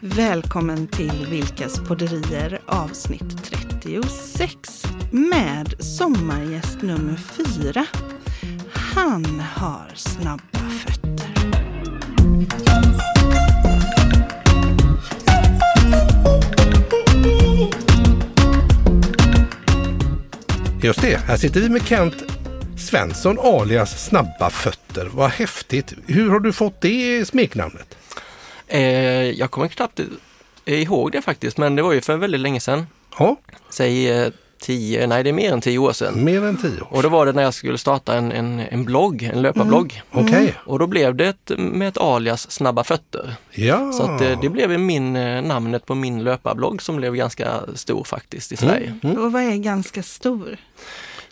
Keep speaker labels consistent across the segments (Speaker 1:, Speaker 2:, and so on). Speaker 1: Välkommen till Vilkas podderier avsnitt 36 med sommargäst nummer 4. Han har snabba fötter.
Speaker 2: Just det, här sitter vi med Kent Svensson alias Snabba Fötter. Vad häftigt! Hur har du fått det smeknamnet?
Speaker 3: Eh, jag kommer knappt ihåg det faktiskt, men det var ju för väldigt länge sedan.
Speaker 2: Ja,
Speaker 3: Säg eh, tio, nej det är mer än tio år sedan.
Speaker 2: mer än tio år.
Speaker 3: Och då var det när jag skulle starta en, en, en blogg, en löparblogg.
Speaker 2: Okej,
Speaker 3: Och då blev det ett, med ett alias Snabba Fötter.
Speaker 2: ja.
Speaker 3: Så att, eh, det blev min, eh, namnet på min löparblogg som blev ganska stor faktiskt i Sverige.
Speaker 1: Och vad är ganska stor?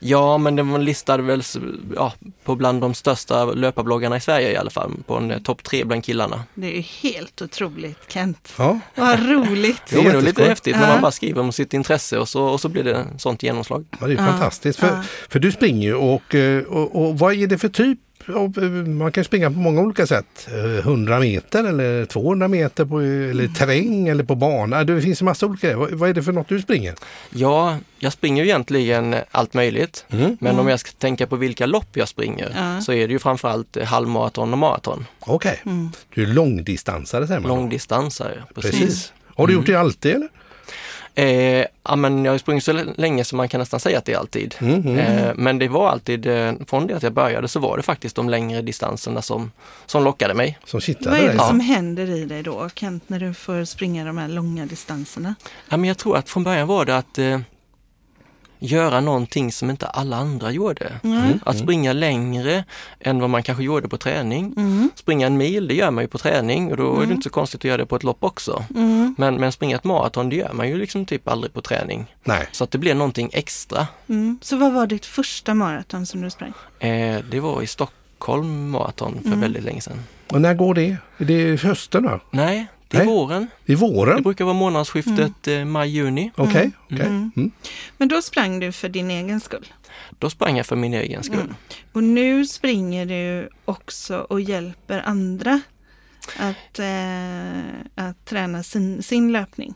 Speaker 3: Ja, men den var listad väl s- ja, på bland de största löparbloggarna i Sverige i alla fall, på en eh, topp tre bland killarna.
Speaker 1: Det är ju helt otroligt Kent.
Speaker 2: ja.
Speaker 1: Vad roligt!
Speaker 2: Det är
Speaker 3: Jo, men det var lite
Speaker 2: jätteskoj.
Speaker 3: häftigt när
Speaker 1: Ja.
Speaker 3: man bara skriver om sitt intresse och så, och så blir det sånt genomslag.
Speaker 2: Ja, det är ju fantastiskt. För, för du springer ju och, eh, och, och vad är det för typ? av- eh, Man kan ju springa på många olika sätt. Eh, 100 meter eller 200 meter på, eh,
Speaker 3: Mm.
Speaker 2: eller terräng eller på bana. Det finns en massa olika grejer. Vad, vad är det för något du springer?
Speaker 3: Ja, jag springer ju egentligen allt möjligt. Men om jag ska tänka på vilka lopp jag springer
Speaker 1: Ja.
Speaker 3: så är det ju framförallt eh, halvmaraton och maraton.
Speaker 2: Okej,
Speaker 3: Mm.
Speaker 2: du är långdistansare säger man.
Speaker 3: Långdistansare, precis. Mm.
Speaker 2: Precis. Har du gjort det alltid eller?
Speaker 3: Eh, ja, men jag har ju sprungit så l- länge så man kan nästan säga att det är alltid. Eh, men det var alltid, eh, från det att jag började så var det faktiskt de längre distanserna som, som lockade mig.
Speaker 2: Som kittlade
Speaker 1: Vad är
Speaker 2: dig?
Speaker 1: det som händer i dig då Kent när du får springa de här långa distanserna?
Speaker 3: Ja, men jag tror att från början var det att eh, göra någonting som inte alla andra gjorde. Att springa längre än vad man kanske gjorde på träning. Springa en mil, det gör man ju på träning och då är det inte så konstigt att göra det på ett lopp också. Men, men springa ett maraton, det gör man ju liksom typ aldrig på träning.
Speaker 2: Nej.
Speaker 3: Så att det blir någonting extra.
Speaker 1: Mm. Så vad var ditt första maraton som du sprang?
Speaker 3: Eh, det var i Stockholm maraton för väldigt länge sedan.
Speaker 2: Och när går det? Är det hösten då?
Speaker 3: Nej, det
Speaker 2: Nej.
Speaker 3: är
Speaker 2: Mm.
Speaker 3: våren.
Speaker 2: I
Speaker 3: Det
Speaker 2: våren?
Speaker 1: Mm.
Speaker 3: brukar vara månadsskiftet eh, maj-juni.
Speaker 2: Okej. okej. Mm.
Speaker 1: Men då sprang du för din egen skull.
Speaker 3: Då sprang jag för min egen skull.
Speaker 1: Och nu springer du också och hjälper andra att, eh, att träna sin, sin löpning.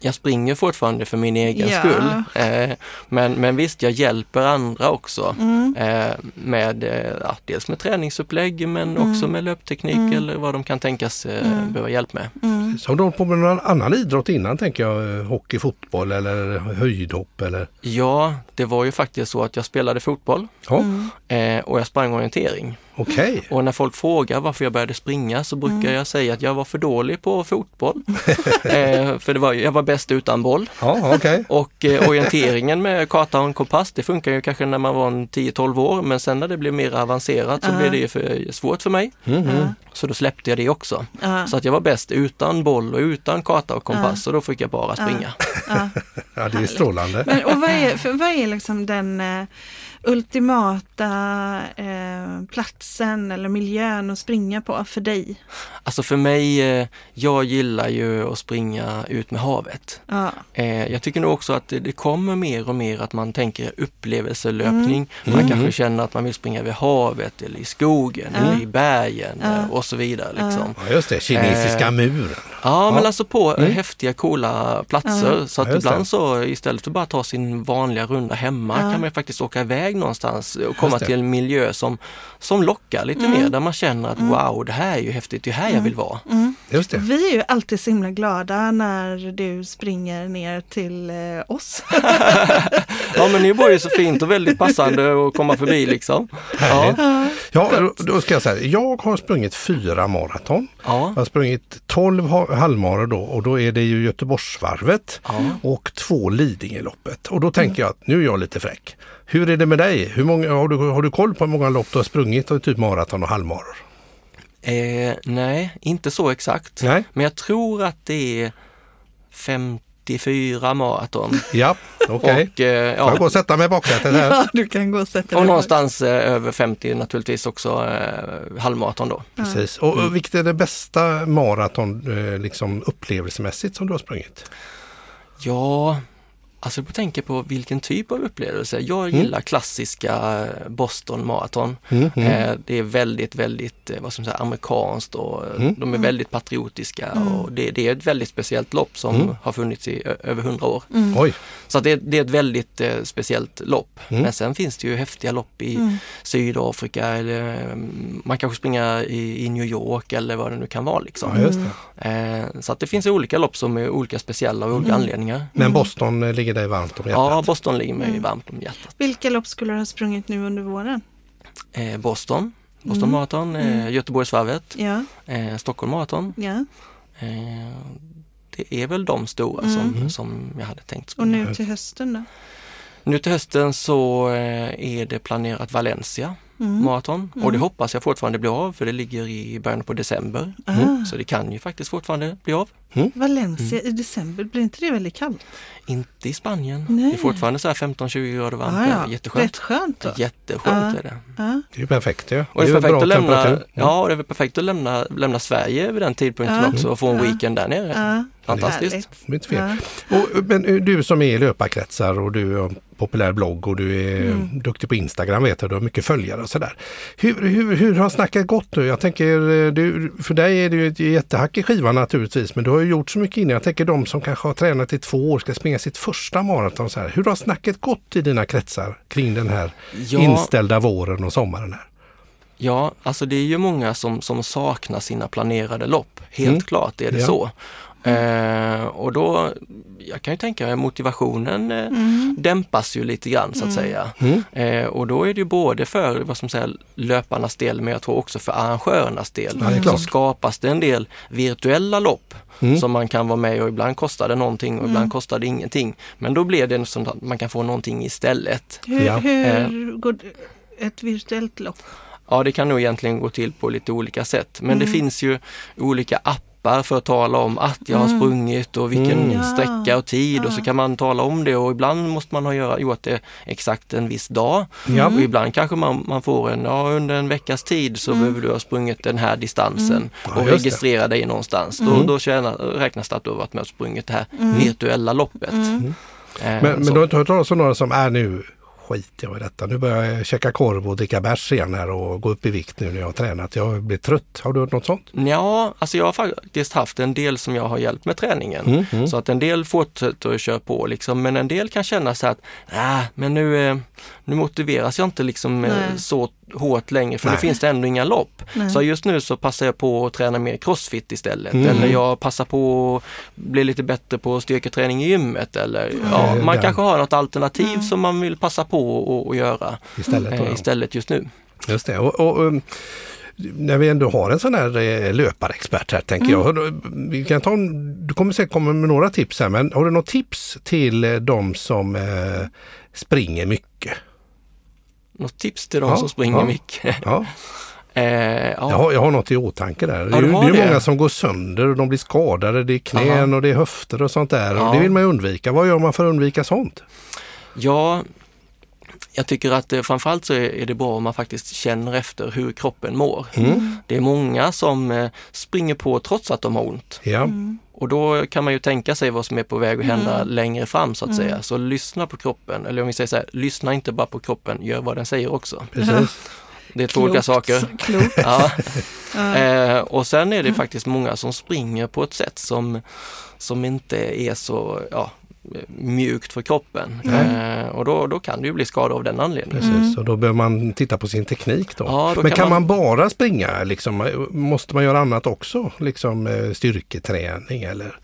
Speaker 3: jag springer fortfarande för min egen
Speaker 1: Ja.
Speaker 3: skull. Eh, men, men visst, jag hjälper andra också.
Speaker 1: Mm.
Speaker 3: Eh, med, eh, ja, dels med träningsupplägg men också med löpteknik eller vad de kan tänkas eh, behöva hjälp med.
Speaker 1: mm,
Speaker 2: Så har du hållit på med någon annan idrott innan tänker jag? Eh, Hockey, fotboll eller höjdhopp eller?
Speaker 3: Ja, det var ju faktiskt så att jag spelade fotboll
Speaker 2: Ja,
Speaker 1: Mm.
Speaker 3: eh, och jag sprang orientering.
Speaker 2: okej.
Speaker 3: Och när folk frågar varför jag började springa så brukar jag säga att jag var för dålig på fotboll. eh, för det var, ju- jag var bäst utan boll.
Speaker 2: Ja, okej.
Speaker 3: Och eh, orienteringen med karta och en kompass, det funkar ju kanske när man var en 10-12 år, men sen när det blev mer avancerat så blev det ju för svårt för mig.
Speaker 2: Mm,
Speaker 3: Så då släppte jag det också.
Speaker 1: Ja.
Speaker 3: Så att jag var bäst utan boll och utan karta och kompass och då fick jag bara springa.
Speaker 1: Ja.
Speaker 2: Ja, det är strålande.
Speaker 1: Men, och vad är, för vad är liksom den eh, ultimata eh, platsen eller miljön att springa på för dig?
Speaker 3: Alltså för mig, eh, jag gillar ju att springa ut med havet.
Speaker 1: Ja.
Speaker 3: Eh, jag tycker nog också att det, det kommer mer och mer att man tänker upplevelselöpning.
Speaker 1: Mm.
Speaker 3: Man kanske känner att man vill springa vid havet eller i skogen eller i bergen eh, och så vidare. Liksom.
Speaker 2: Ja, just det.
Speaker 1: Eh.
Speaker 2: Kinesiska muren.
Speaker 3: Ja, men alltså på eh, häftiga coola platser. Så att
Speaker 2: Mm. Ja, just det.
Speaker 3: ibland så istället för bara ta sin vanliga runda hemma kan man ju faktiskt åka iväg någonstans och komma
Speaker 2: det. Mm.
Speaker 3: till en miljö som, som lockar lite mer. Där man känner att wow, det här är ju häftigt, det är här jag vill vara.
Speaker 2: Just det.
Speaker 1: Mm. Vi är ju alltid så himla glada när du springer ner till eh, oss.
Speaker 3: Ja, men Nyborg är så fint och väldigt passande att komma förbi liksom. Ja,
Speaker 2: Härligt. Ja, då- då ska jag säga. Jag har sprungit fyra maraton.
Speaker 3: ja.
Speaker 2: Jag har sprungit 12 ha- halvmaror då och då är det ju Göteborgsvarvet och två Lidingöloppet. Och då tänker jag att nu är jag lite fräck. Hur är det med dig? Hur många, har, du, har du koll på hur många lopp du har sprungit av typ maraton och halvmaror?
Speaker 3: Eh, nej, inte så exakt.
Speaker 2: Nej.
Speaker 3: Men jag tror att det är 54 maraton.
Speaker 2: Ja, okej.
Speaker 3: Och, eh,
Speaker 2: Får jag gå
Speaker 3: ja,
Speaker 2: och sätta mig i baksätet här?
Speaker 1: Ja, du kan gå och sätta
Speaker 3: och
Speaker 1: dig.
Speaker 3: någonstans eh, över 50 naturligtvis också eh, halvmaraton då.
Speaker 2: Precis. Och, och vilket är det bästa maraton eh, liksom upplevelsemässigt som du har sprungit?
Speaker 3: Ja, Alltså jag tänker på vilken typ av upplevelse. Jag gillar klassiska eh, Boston Marathon.
Speaker 2: Mm, mm.
Speaker 3: Eh, det är väldigt, väldigt eh, vad ska man säga, amerikanskt och eh, de är väldigt patriotiska och det, det är ett väldigt speciellt lopp som har funnits i ö- över hundra år.
Speaker 1: Mm.
Speaker 2: Oj, Mm.
Speaker 3: Så att det, det är ett väldigt eh, speciellt lopp. Men sen finns det ju häftiga lopp i
Speaker 1: Mm.
Speaker 3: Sydafrika eller mm, man kanske springer i, i New York eller vad det nu kan vara. Liksom.
Speaker 2: ja, just det.
Speaker 3: Eh, så att det finns ju olika lopp som är olika speciella av olika
Speaker 1: Mm.
Speaker 3: anledningar.
Speaker 2: Men Boston eh, ligger dig varmt om hjärtat.
Speaker 3: Ja, Boston ligger
Speaker 1: Mm.
Speaker 3: mig varmt om hjärtat.
Speaker 1: Vilka lopp skulle du ha sprungit nu under våren?
Speaker 3: Eh, Boston, Boston
Speaker 1: Mm.
Speaker 3: Marathon, eh, Göteborgsvarvet,
Speaker 1: Ja,
Speaker 3: eh, Stockholm Marathon.
Speaker 1: ja.
Speaker 3: Eh, det är väl de stora som, som jag hade tänkt
Speaker 1: Mm. Och
Speaker 3: springa.
Speaker 1: nu till hösten då?
Speaker 3: Nu till hösten så eh, är det planerat Valencia
Speaker 1: Mm.
Speaker 3: maraton och det hoppas jag fortfarande blir av för det ligger i början på december.
Speaker 1: Ah, Mm.
Speaker 3: Så Mm. det kan ju faktiskt fortfarande bli av.
Speaker 1: Valencia i december, blir inte det väldigt kallt?
Speaker 3: Inte i Spanien.
Speaker 1: Nej.
Speaker 3: Det är fortfarande så här 15-20 grader varmt.
Speaker 1: Ah, Ja, ja.
Speaker 3: där.
Speaker 1: Rätt
Speaker 3: Jätteskönt.
Speaker 1: skönt då.
Speaker 3: Jätteskönt
Speaker 1: Ja.
Speaker 3: är det.
Speaker 1: Ja.
Speaker 2: Det är ju perfekt ju.
Speaker 3: Och det är,
Speaker 2: ju
Speaker 3: perfekt att lämna,
Speaker 2: temperatur. Mm.
Speaker 3: ja, och det är väl perfekt att lämna, lämna Sverige vid den tidpunkten
Speaker 1: Ja.
Speaker 3: också och få en
Speaker 1: Ja.
Speaker 3: weekend där nere.
Speaker 1: Ja.
Speaker 3: Fantastiskt.
Speaker 1: Ah, Härligt. Ah.
Speaker 2: Det är inte fel. Och, men eh, du som är i löparkretsar och du har en populär blogg och du är eh, duktig på Instagram vet jag, du har mycket följare och sådär. Hur, hur, hur har snacket gått nu? Jag tänker, eh, du, för dig är det ju ett jättehack i skivan naturligtvis, men du har ju gjort så mycket innan. Jag tänker de som kanske har tränat i två år ska springa sitt första maraton. Så här. Hur har snacket gått i dina kretsar kring den här
Speaker 3: Ja.
Speaker 2: inställda våren och sommaren? Här?
Speaker 3: Ja, alltså det är ju många som, som saknar sina planerade lopp. Helt
Speaker 2: Mm.
Speaker 3: klart är det
Speaker 2: Ja.
Speaker 3: så. Eh, och då, jag kan ju tänka mig motivationen eh, dämpas ju lite grann så att säga.
Speaker 2: Mm.
Speaker 3: Eh, och då är det ju både för vad som säger, löparnas del men jag tror också för arrangörernas del.
Speaker 2: Ja, det är
Speaker 3: så
Speaker 2: klart. Mm.
Speaker 3: skapas det en del virtuella lopp som man kan vara med och ibland kostar det någonting och ibland kostar det ingenting. Men då blir det som att man kan få någonting istället.
Speaker 1: Hur,
Speaker 2: Ja.
Speaker 3: Eh.
Speaker 1: hur går det- ett virtuellt lopp?
Speaker 3: Ja, det kan nog egentligen gå till på lite olika sätt. Men
Speaker 2: Mm.
Speaker 3: det finns ju olika appar för att tala om att jag
Speaker 2: Mm.
Speaker 3: har sprungit och vilken
Speaker 1: Ja.
Speaker 3: sträcka och tid och så kan man tala om det och ibland måste man ha göra, gjort det exakt en viss dag.
Speaker 2: Ja.
Speaker 3: Och ibland kanske man, man får en, ja under en veckas tid så behöver du ha sprungit den här distansen
Speaker 2: Mm. Ja,
Speaker 3: och
Speaker 2: just det. Mm.
Speaker 3: registrera dig någonstans. Då, då tjänar, räknas det att du har varit med och sprungit det här virtuella loppet. Eh,
Speaker 2: Mm. Men, men
Speaker 3: så.
Speaker 2: du har inte hört talas om några som är nu skit jag i detta. Nu börjar jag käka korv och dricka bärs igen här och gå upp i vikt nu när jag har tränat. Jag blir trött. Har du hört något sånt?
Speaker 3: Ja, alltså jag har faktiskt haft en del som jag har hjälpt med träningen.
Speaker 2: Mm, mm.
Speaker 3: Så att en del fortsätter att köra på liksom, men en del kan känna så här att, "Ah, men nu, eh, nu motiveras jag inte liksom eh,
Speaker 1: Nej.
Speaker 3: så hårt längre för nu
Speaker 2: Nej.
Speaker 3: finns det ändå inga lopp.
Speaker 1: Nej.
Speaker 3: Så just nu så passar jag på att träna mer crossfit istället.
Speaker 2: Mm.
Speaker 3: Eller jag passar på att bli lite bättre på styrketräning i gymmet. Eller, ja,
Speaker 2: Eh,
Speaker 3: man
Speaker 2: den.
Speaker 3: kanske har något alternativ som man vill passa på att- att göra
Speaker 2: Istället.
Speaker 3: eh,
Speaker 2: Mm.
Speaker 3: istället just nu.
Speaker 2: Just det. Och, och, um, när vi ändå har en sån här eh, löparexpert här tänker jag. Har
Speaker 3: Mm.
Speaker 2: du- Vi kan ta en, du kommer säkert komma med några tips här men har du något tips till eh, de som eh, springer mycket?
Speaker 3: Något tips till de
Speaker 2: Ja,
Speaker 3: som springer
Speaker 2: ja.
Speaker 3: mycket?
Speaker 2: Ja.
Speaker 3: eh, ja.
Speaker 2: Jag, har, jag har något i åtanke där. Det
Speaker 3: Ja,
Speaker 2: är,
Speaker 3: du
Speaker 2: ju- det
Speaker 3: har
Speaker 2: är ju
Speaker 3: det.
Speaker 2: många som går sönder och de blir skadade. Det är knän och det är höfter och sånt där.
Speaker 3: Ja.
Speaker 2: Och det vill man ju undvika. Vad gör man för att undvika sånt?
Speaker 3: Ja, jag tycker att eh, framförallt så är är det bra om man faktiskt känner efter hur kroppen mår.
Speaker 2: Mm.
Speaker 3: Det är många som eh, springer på trots att de har ont.
Speaker 2: Ja,
Speaker 3: Och då kan man ju tänka sig vad som är på väg att hända längre fram så att säga. Så lyssna på kroppen, eller om vi säger så här, lyssna inte bara på kroppen, gör vad den säger också.
Speaker 2: precis.
Speaker 3: Det är två olika saker.
Speaker 1: Klokt. Ah.
Speaker 3: Ja. Eh, och sen är det faktiskt många som springer på ett sätt som, som inte är så ja, mjukt för kroppen. Eh, och då, då kan det ju bli skador av den anledningen.
Speaker 2: Precis, och då behöver man titta på sin teknik då.
Speaker 3: Mm. Ja, då
Speaker 2: Men
Speaker 3: kan
Speaker 2: kan man...
Speaker 3: man-
Speaker 2: bara springa liksom? Måste man göra annat också? Liksom eh, styrketräning eller?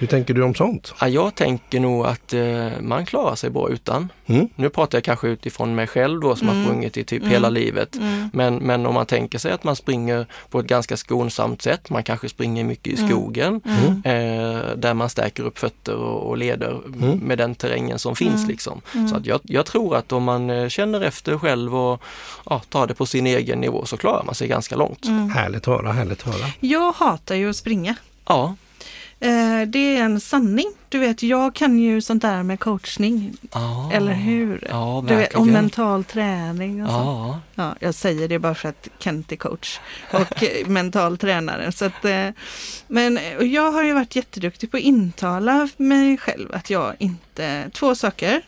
Speaker 2: Hur tänker du om sånt?
Speaker 3: Ja, jag tänker nog att eh, man klarar sig bra utan.
Speaker 2: Mm.
Speaker 3: Nu pratar jag kanske utifrån mig själv då
Speaker 1: Mm.
Speaker 3: som har sprungit i typ hela livet. Men, men om man tänker sig att man springer på ett ganska skonsamt sätt, man kanske springer mycket i
Speaker 1: Mm.
Speaker 3: skogen Eh, där man stärker upp fötter och, och leder med den terrängen som finns.
Speaker 1: Mm.
Speaker 3: Liksom. Så att jag, jag tror att om man eh, känner efter själv och ja, tar det på sin egen nivå så
Speaker 1: Mm.
Speaker 3: klarar man sig ganska långt.
Speaker 2: Härligt att höra, härligt att höra.
Speaker 1: Jag hatar ju att springa.
Speaker 3: Ja,
Speaker 1: Eh, det är en sanning. Du vet, jag kan ju sånt där med coachning,
Speaker 3: Ja.
Speaker 1: eller hur?
Speaker 3: Ah. Ja,
Speaker 1: Du vet, om
Speaker 3: verkligen.
Speaker 1: mental träning och sånt.
Speaker 3: Ja,
Speaker 1: Ja, jag säger det bara för att Kent är coach och eh, mental tränare. Så att, eh, men och jag har ju varit jätteduktig på att intala mig själv att jag inte... Två saker.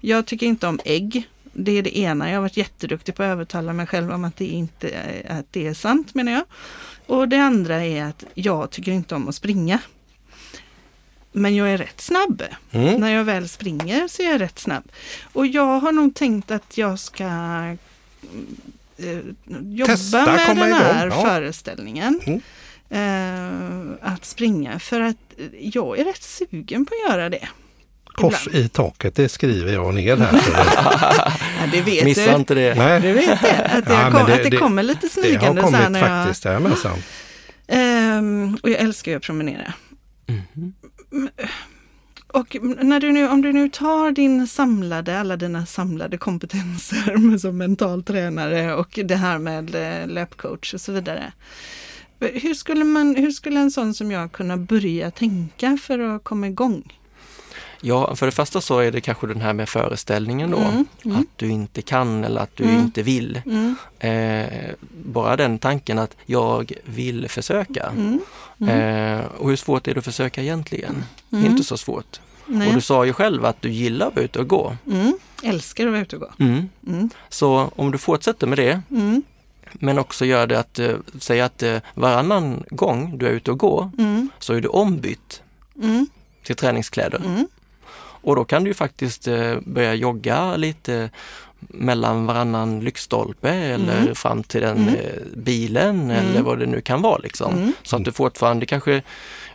Speaker 1: Jag tycker inte om ägg. Det är det ena. Jag har varit jätteduktig på att övertala mig själv om att det inte är- att det är sant menar jag. Och det andra är att jag tycker inte om att springa. Men jag är rätt snabb.
Speaker 2: Mm.
Speaker 1: När jag väl springer så är jag rätt snabb. Och jag har nog tänkt att jag ska eh, jobba
Speaker 2: Testa,
Speaker 1: med
Speaker 2: komma
Speaker 1: den här
Speaker 2: igång, ja.
Speaker 1: föreställningen.
Speaker 2: Mm.
Speaker 1: Eh, att springa för att eh, jag är rätt sugen på att göra det.
Speaker 2: Kors i taket, det skriver jag ner här.
Speaker 1: Ja, det vet
Speaker 3: missa
Speaker 1: du.
Speaker 3: inte det.
Speaker 2: Nej,
Speaker 1: Du vet det, att det,
Speaker 2: Ja,
Speaker 1: kom,
Speaker 2: men det-
Speaker 1: att det,
Speaker 2: det-
Speaker 1: kommer lite
Speaker 2: det har
Speaker 1: smygande så här
Speaker 2: kommit
Speaker 1: när jag...
Speaker 2: faktiskt. Det här med sen.
Speaker 1: Ehm, och jag älskar ju att promenera. Mm. Och när du nu, om du nu tar din samlade, alla dina samlade kompetenser med som mental tränare och det här med eh, löpcoach och så vidare. Hur skulle, man, hur skulle en sån som jag kunna börja tänka för att komma igång?
Speaker 3: Ja, för det första så är det kanske den här med föreställningen då.
Speaker 1: Mm, mm.
Speaker 3: Att du inte kan eller att du
Speaker 1: Mm.
Speaker 3: inte vill.
Speaker 1: Mm,
Speaker 3: Eh, bara den tanken att jag vill försöka.
Speaker 1: mm,
Speaker 3: Eh, och hur svårt är det att försöka egentligen?
Speaker 1: mm,
Speaker 3: Inte så svårt. Och
Speaker 1: nej.
Speaker 3: du sa ju själv att du gillar att vara ute och gå.
Speaker 1: Mm, älskar att vara ute och gå. Mm,
Speaker 3: Så om du fortsätter med det,
Speaker 1: mm,
Speaker 3: men också gör det att eh, säga att eh, varannan gång du är ute och går
Speaker 1: mm,
Speaker 3: så är du ombytt
Speaker 1: mm,
Speaker 3: till träningskläder.
Speaker 1: mm,
Speaker 3: Och då kan du ju faktiskt eh, börja jogga lite mellan varannan lyktstolpe eller
Speaker 1: Mm.
Speaker 3: fram till den
Speaker 1: Mm.
Speaker 3: eh, bilen eller
Speaker 1: Mm.
Speaker 3: vad det nu kan vara liksom.
Speaker 1: mm,
Speaker 3: Så att du fortfarande kanske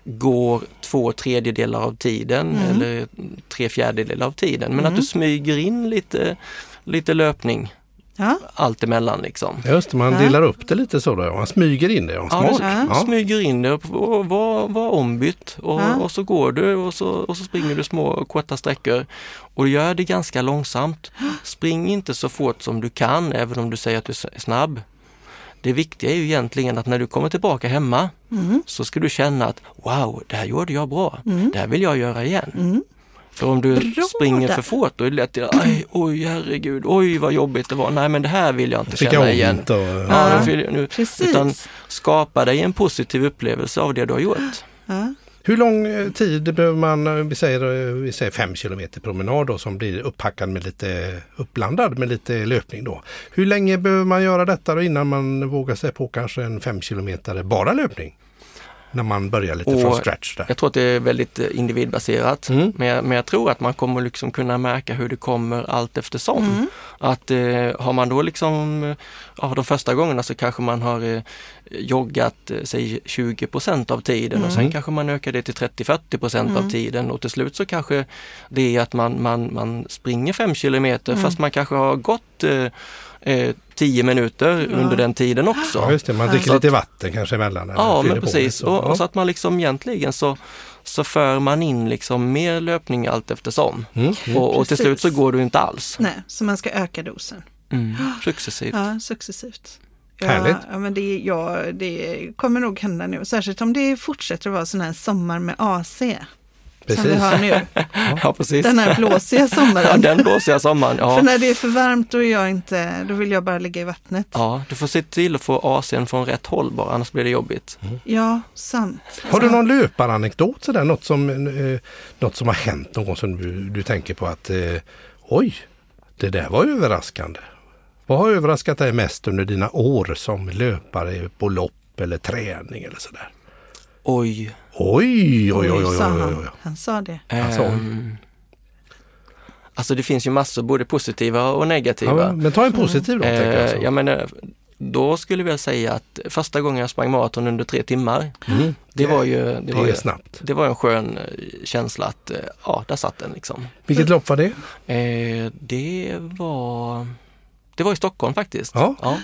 Speaker 3: går två tredjedelar av tiden
Speaker 1: Mm.
Speaker 3: eller tre fjärdedelar av tiden. Men
Speaker 1: Mm.
Speaker 3: att du smyger in lite, lite löpning
Speaker 1: ja,
Speaker 3: allt emellan liksom.
Speaker 2: Just det, man
Speaker 1: Ja.
Speaker 2: delar upp det lite så då. ja. Man smyger in det. Ja.
Speaker 3: Ja, du
Speaker 2: Smart. Ja.
Speaker 3: Mm, smyger in det och och var, var ombytt och,
Speaker 1: Ja.
Speaker 3: och så går du och så, och så springer du små korta sträckor. Och gör det ganska långsamt. Spring inte så fort som du kan även om du säger att du är snabb. Det viktiga är ju egentligen att när du kommer tillbaka hemma
Speaker 1: mm,
Speaker 3: så ska du känna att wow, det här gjorde jag bra.
Speaker 1: Mm.
Speaker 3: Det här vill jag göra igen.
Speaker 1: mm.
Speaker 3: För om du
Speaker 1: Bra
Speaker 3: springer
Speaker 1: där.
Speaker 3: för fort då är det lätt att aj, oj herregud, oj vad jobbigt det var. Nej men det här vill jag inte
Speaker 2: Fick
Speaker 3: känna
Speaker 2: jag
Speaker 3: igen.
Speaker 2: ont och...
Speaker 3: Ja,
Speaker 1: Ja.
Speaker 3: då vill jag nu.
Speaker 1: Precis.
Speaker 3: Utan skapa dig en positiv upplevelse av det du har gjort.
Speaker 1: Ja.
Speaker 2: Hur lång eh, tid behöver man, eh, vi säger, eh, vi säger fem kilometer promenad då, som blir upphackad med lite, uppblandad med lite löpning då. Hur länge behöver man göra detta då innan man vågar sig på kanske en fem kilometer bara löpning? När man börjar lite
Speaker 3: Och-
Speaker 2: från scratch där.
Speaker 3: Jag tror att det är väldigt eh, individbaserat
Speaker 2: Mm.
Speaker 3: men, jag, men jag tror att man kommer liksom kunna märka hur det kommer allt eftersom. Att eh, har man då liksom, eh, ja de första gångerna så kanske man har eh, joggat eh, säg 20 av tiden och sen kanske man ökar det till 30-40 av tiden och till slut så kanske det är att man, man, man springer 5 kilometer fast man kanske har gått eh, eh, 10 minuter under den tiden också.
Speaker 2: Ja, just det, man
Speaker 1: Ja.
Speaker 2: dricker
Speaker 3: Så att-
Speaker 2: lite vatten kanske emellan. eller
Speaker 3: Ja,
Speaker 2: fyller
Speaker 3: men
Speaker 2: på
Speaker 3: precis.
Speaker 2: lite
Speaker 3: och,
Speaker 2: Ja.
Speaker 3: och så att man liksom egentligen så, så för man in liksom mer löpning allt eftersom.
Speaker 2: Mm, mm.
Speaker 3: Och, och till
Speaker 1: Precis.
Speaker 3: slut så går du inte alls.
Speaker 1: Nej, så man ska öka dosen.
Speaker 3: Mm. Successivt.
Speaker 1: Ja, successivt. Ja,
Speaker 2: Härligt.
Speaker 1: Ja, men det, ja, det kommer nog hända nu. Särskilt om det fortsätter att vara sån här sommar med AC. Som vi
Speaker 2: Precis.
Speaker 1: har nu.
Speaker 3: Ja, precis.
Speaker 1: Den här blåsiga
Speaker 3: ja,
Speaker 1: sommaren.
Speaker 3: den blåsiga sommaren.
Speaker 1: För
Speaker 3: Ja.
Speaker 1: när det är för varmt då, är jag inte, då vill jag bara ligga i vattnet.
Speaker 3: ja, du får se till att få AC'n från rätt håll bara, annars blir det jobbigt.
Speaker 2: Mm.
Speaker 1: Ja, sant.
Speaker 2: Har du någon löparanekdot sådär? Något som, eh, något som har hänt någon gång som du, du tänker på att eh, oj, det där var ju överraskande. Vad har överraskat dig mest under dina år som löpare på lopp eller träning eller sådär?
Speaker 3: Oj.
Speaker 2: Oj, oj, oj, oj,
Speaker 1: sa
Speaker 2: oj, oj, oj.
Speaker 1: Han. han sa det.
Speaker 2: Alltså, oj.
Speaker 3: ehm, alltså det finns ju massor, både positiva och negativa.
Speaker 2: Ja, men ta en positiv då, tänker jag.
Speaker 3: Eh,
Speaker 2: så.
Speaker 3: jag menar, då skulle jag väl säga att första gången jag sprang maraton under tre timmar,
Speaker 2: Mm.
Speaker 3: det var ju, det
Speaker 2: Det
Speaker 3: var
Speaker 2: är
Speaker 3: ju
Speaker 2: snabbt.
Speaker 3: Det var en skön eh, känsla att, eh, ja, där satt den liksom.
Speaker 2: Vilket lopp var det?
Speaker 3: Eh, det var Det var i Stockholm faktiskt.
Speaker 2: Ja.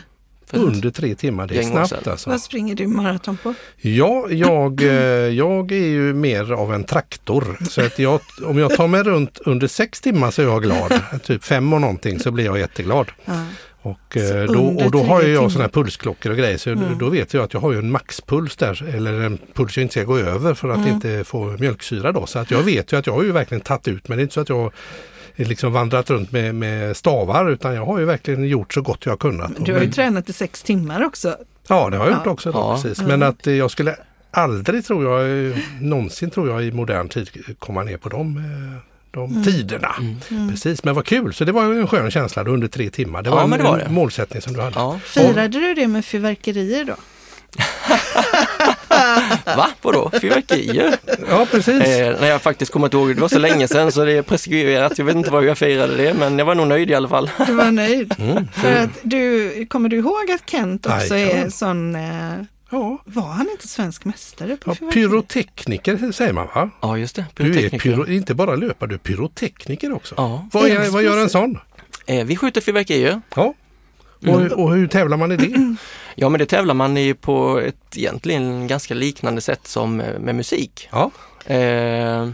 Speaker 3: för ett
Speaker 2: Under tre timmar, det är
Speaker 3: Gäng år
Speaker 2: snabbt
Speaker 3: sedan.
Speaker 2: alltså.
Speaker 1: Vad springer du maraton på?
Speaker 2: Ja, jag, eh, jag är ju mer av en traktor. Så att jag, om jag tar mig runt under sex timmar så är jag glad. Typ fem och någonting så blir jag jätteglad.
Speaker 1: Ja.
Speaker 2: Och, eh, då,
Speaker 1: Under
Speaker 2: och då har
Speaker 1: tio
Speaker 2: ju jag
Speaker 1: timmar.
Speaker 2: sådana här pulsklockor och grejer så
Speaker 1: Mm.
Speaker 2: då vet jag att jag har ju en maxpuls där eller en puls jag inte ska gå över för att
Speaker 1: Mm.
Speaker 2: inte få mjölksyra då. Så att jag vet ju att jag har ju verkligen tagit ut men det är inte så att jag har liksom vandrat runt med, med stavar utan jag har ju verkligen gjort så gott jag kunnat.
Speaker 1: Du har ju
Speaker 2: Men-
Speaker 1: tränat i sex timmar också.
Speaker 2: Ja, det har jag gjort
Speaker 1: Ja.
Speaker 2: också. Då,
Speaker 3: Ja.
Speaker 2: precis.
Speaker 1: Mm.
Speaker 2: Men att eh, jag skulle aldrig, tror jag, eh, någonsin tror jag i modern tid komma ner på de, eh, de
Speaker 1: Mm.
Speaker 2: tiderna.
Speaker 3: Mm.
Speaker 2: Precis, men vad kul! Så det var ju en skön känsla då, under tre timmar. Det
Speaker 3: Ja,
Speaker 2: var, en,
Speaker 3: men det var det.
Speaker 2: en målsättning som du hade.
Speaker 3: Ja.
Speaker 1: Firade du det med fyrverkerier då?
Speaker 3: Va? Vadå? Fyrverkerier?
Speaker 2: Ja, precis.
Speaker 3: Eh, när jag faktiskt kommer inte ihåg, det var så länge sedan så det är preskriberat. Jag vet inte vad jag firade det, men jag var nog nöjd i alla fall.
Speaker 1: Du var nöjd.
Speaker 2: Mm.
Speaker 1: För att du, kommer du ihåg att Kent också
Speaker 2: Nej,
Speaker 1: är
Speaker 2: ja.
Speaker 1: sån, eh,
Speaker 2: Ja.
Speaker 1: var han inte svensk mästare på
Speaker 2: Ja,
Speaker 1: fyrverkerier?
Speaker 2: pyrotekniker säger man va?
Speaker 3: Ja, just det.
Speaker 2: Du är
Speaker 3: Pyrotekniker.
Speaker 2: pyro, inte bara löpare, du är pyrotekniker också.
Speaker 3: Ja.
Speaker 2: Vad, är, vad gör en sån?
Speaker 3: Eh, vi skjuter fyrverkerier.
Speaker 2: Ja.
Speaker 3: Mm.
Speaker 2: Och, och hur tävlar man i
Speaker 1: Mm.
Speaker 2: det?
Speaker 3: Ja, men det tävlar man i på ett egentligen ganska liknande sätt som eh, med musik.
Speaker 2: Ja.
Speaker 3: Eh,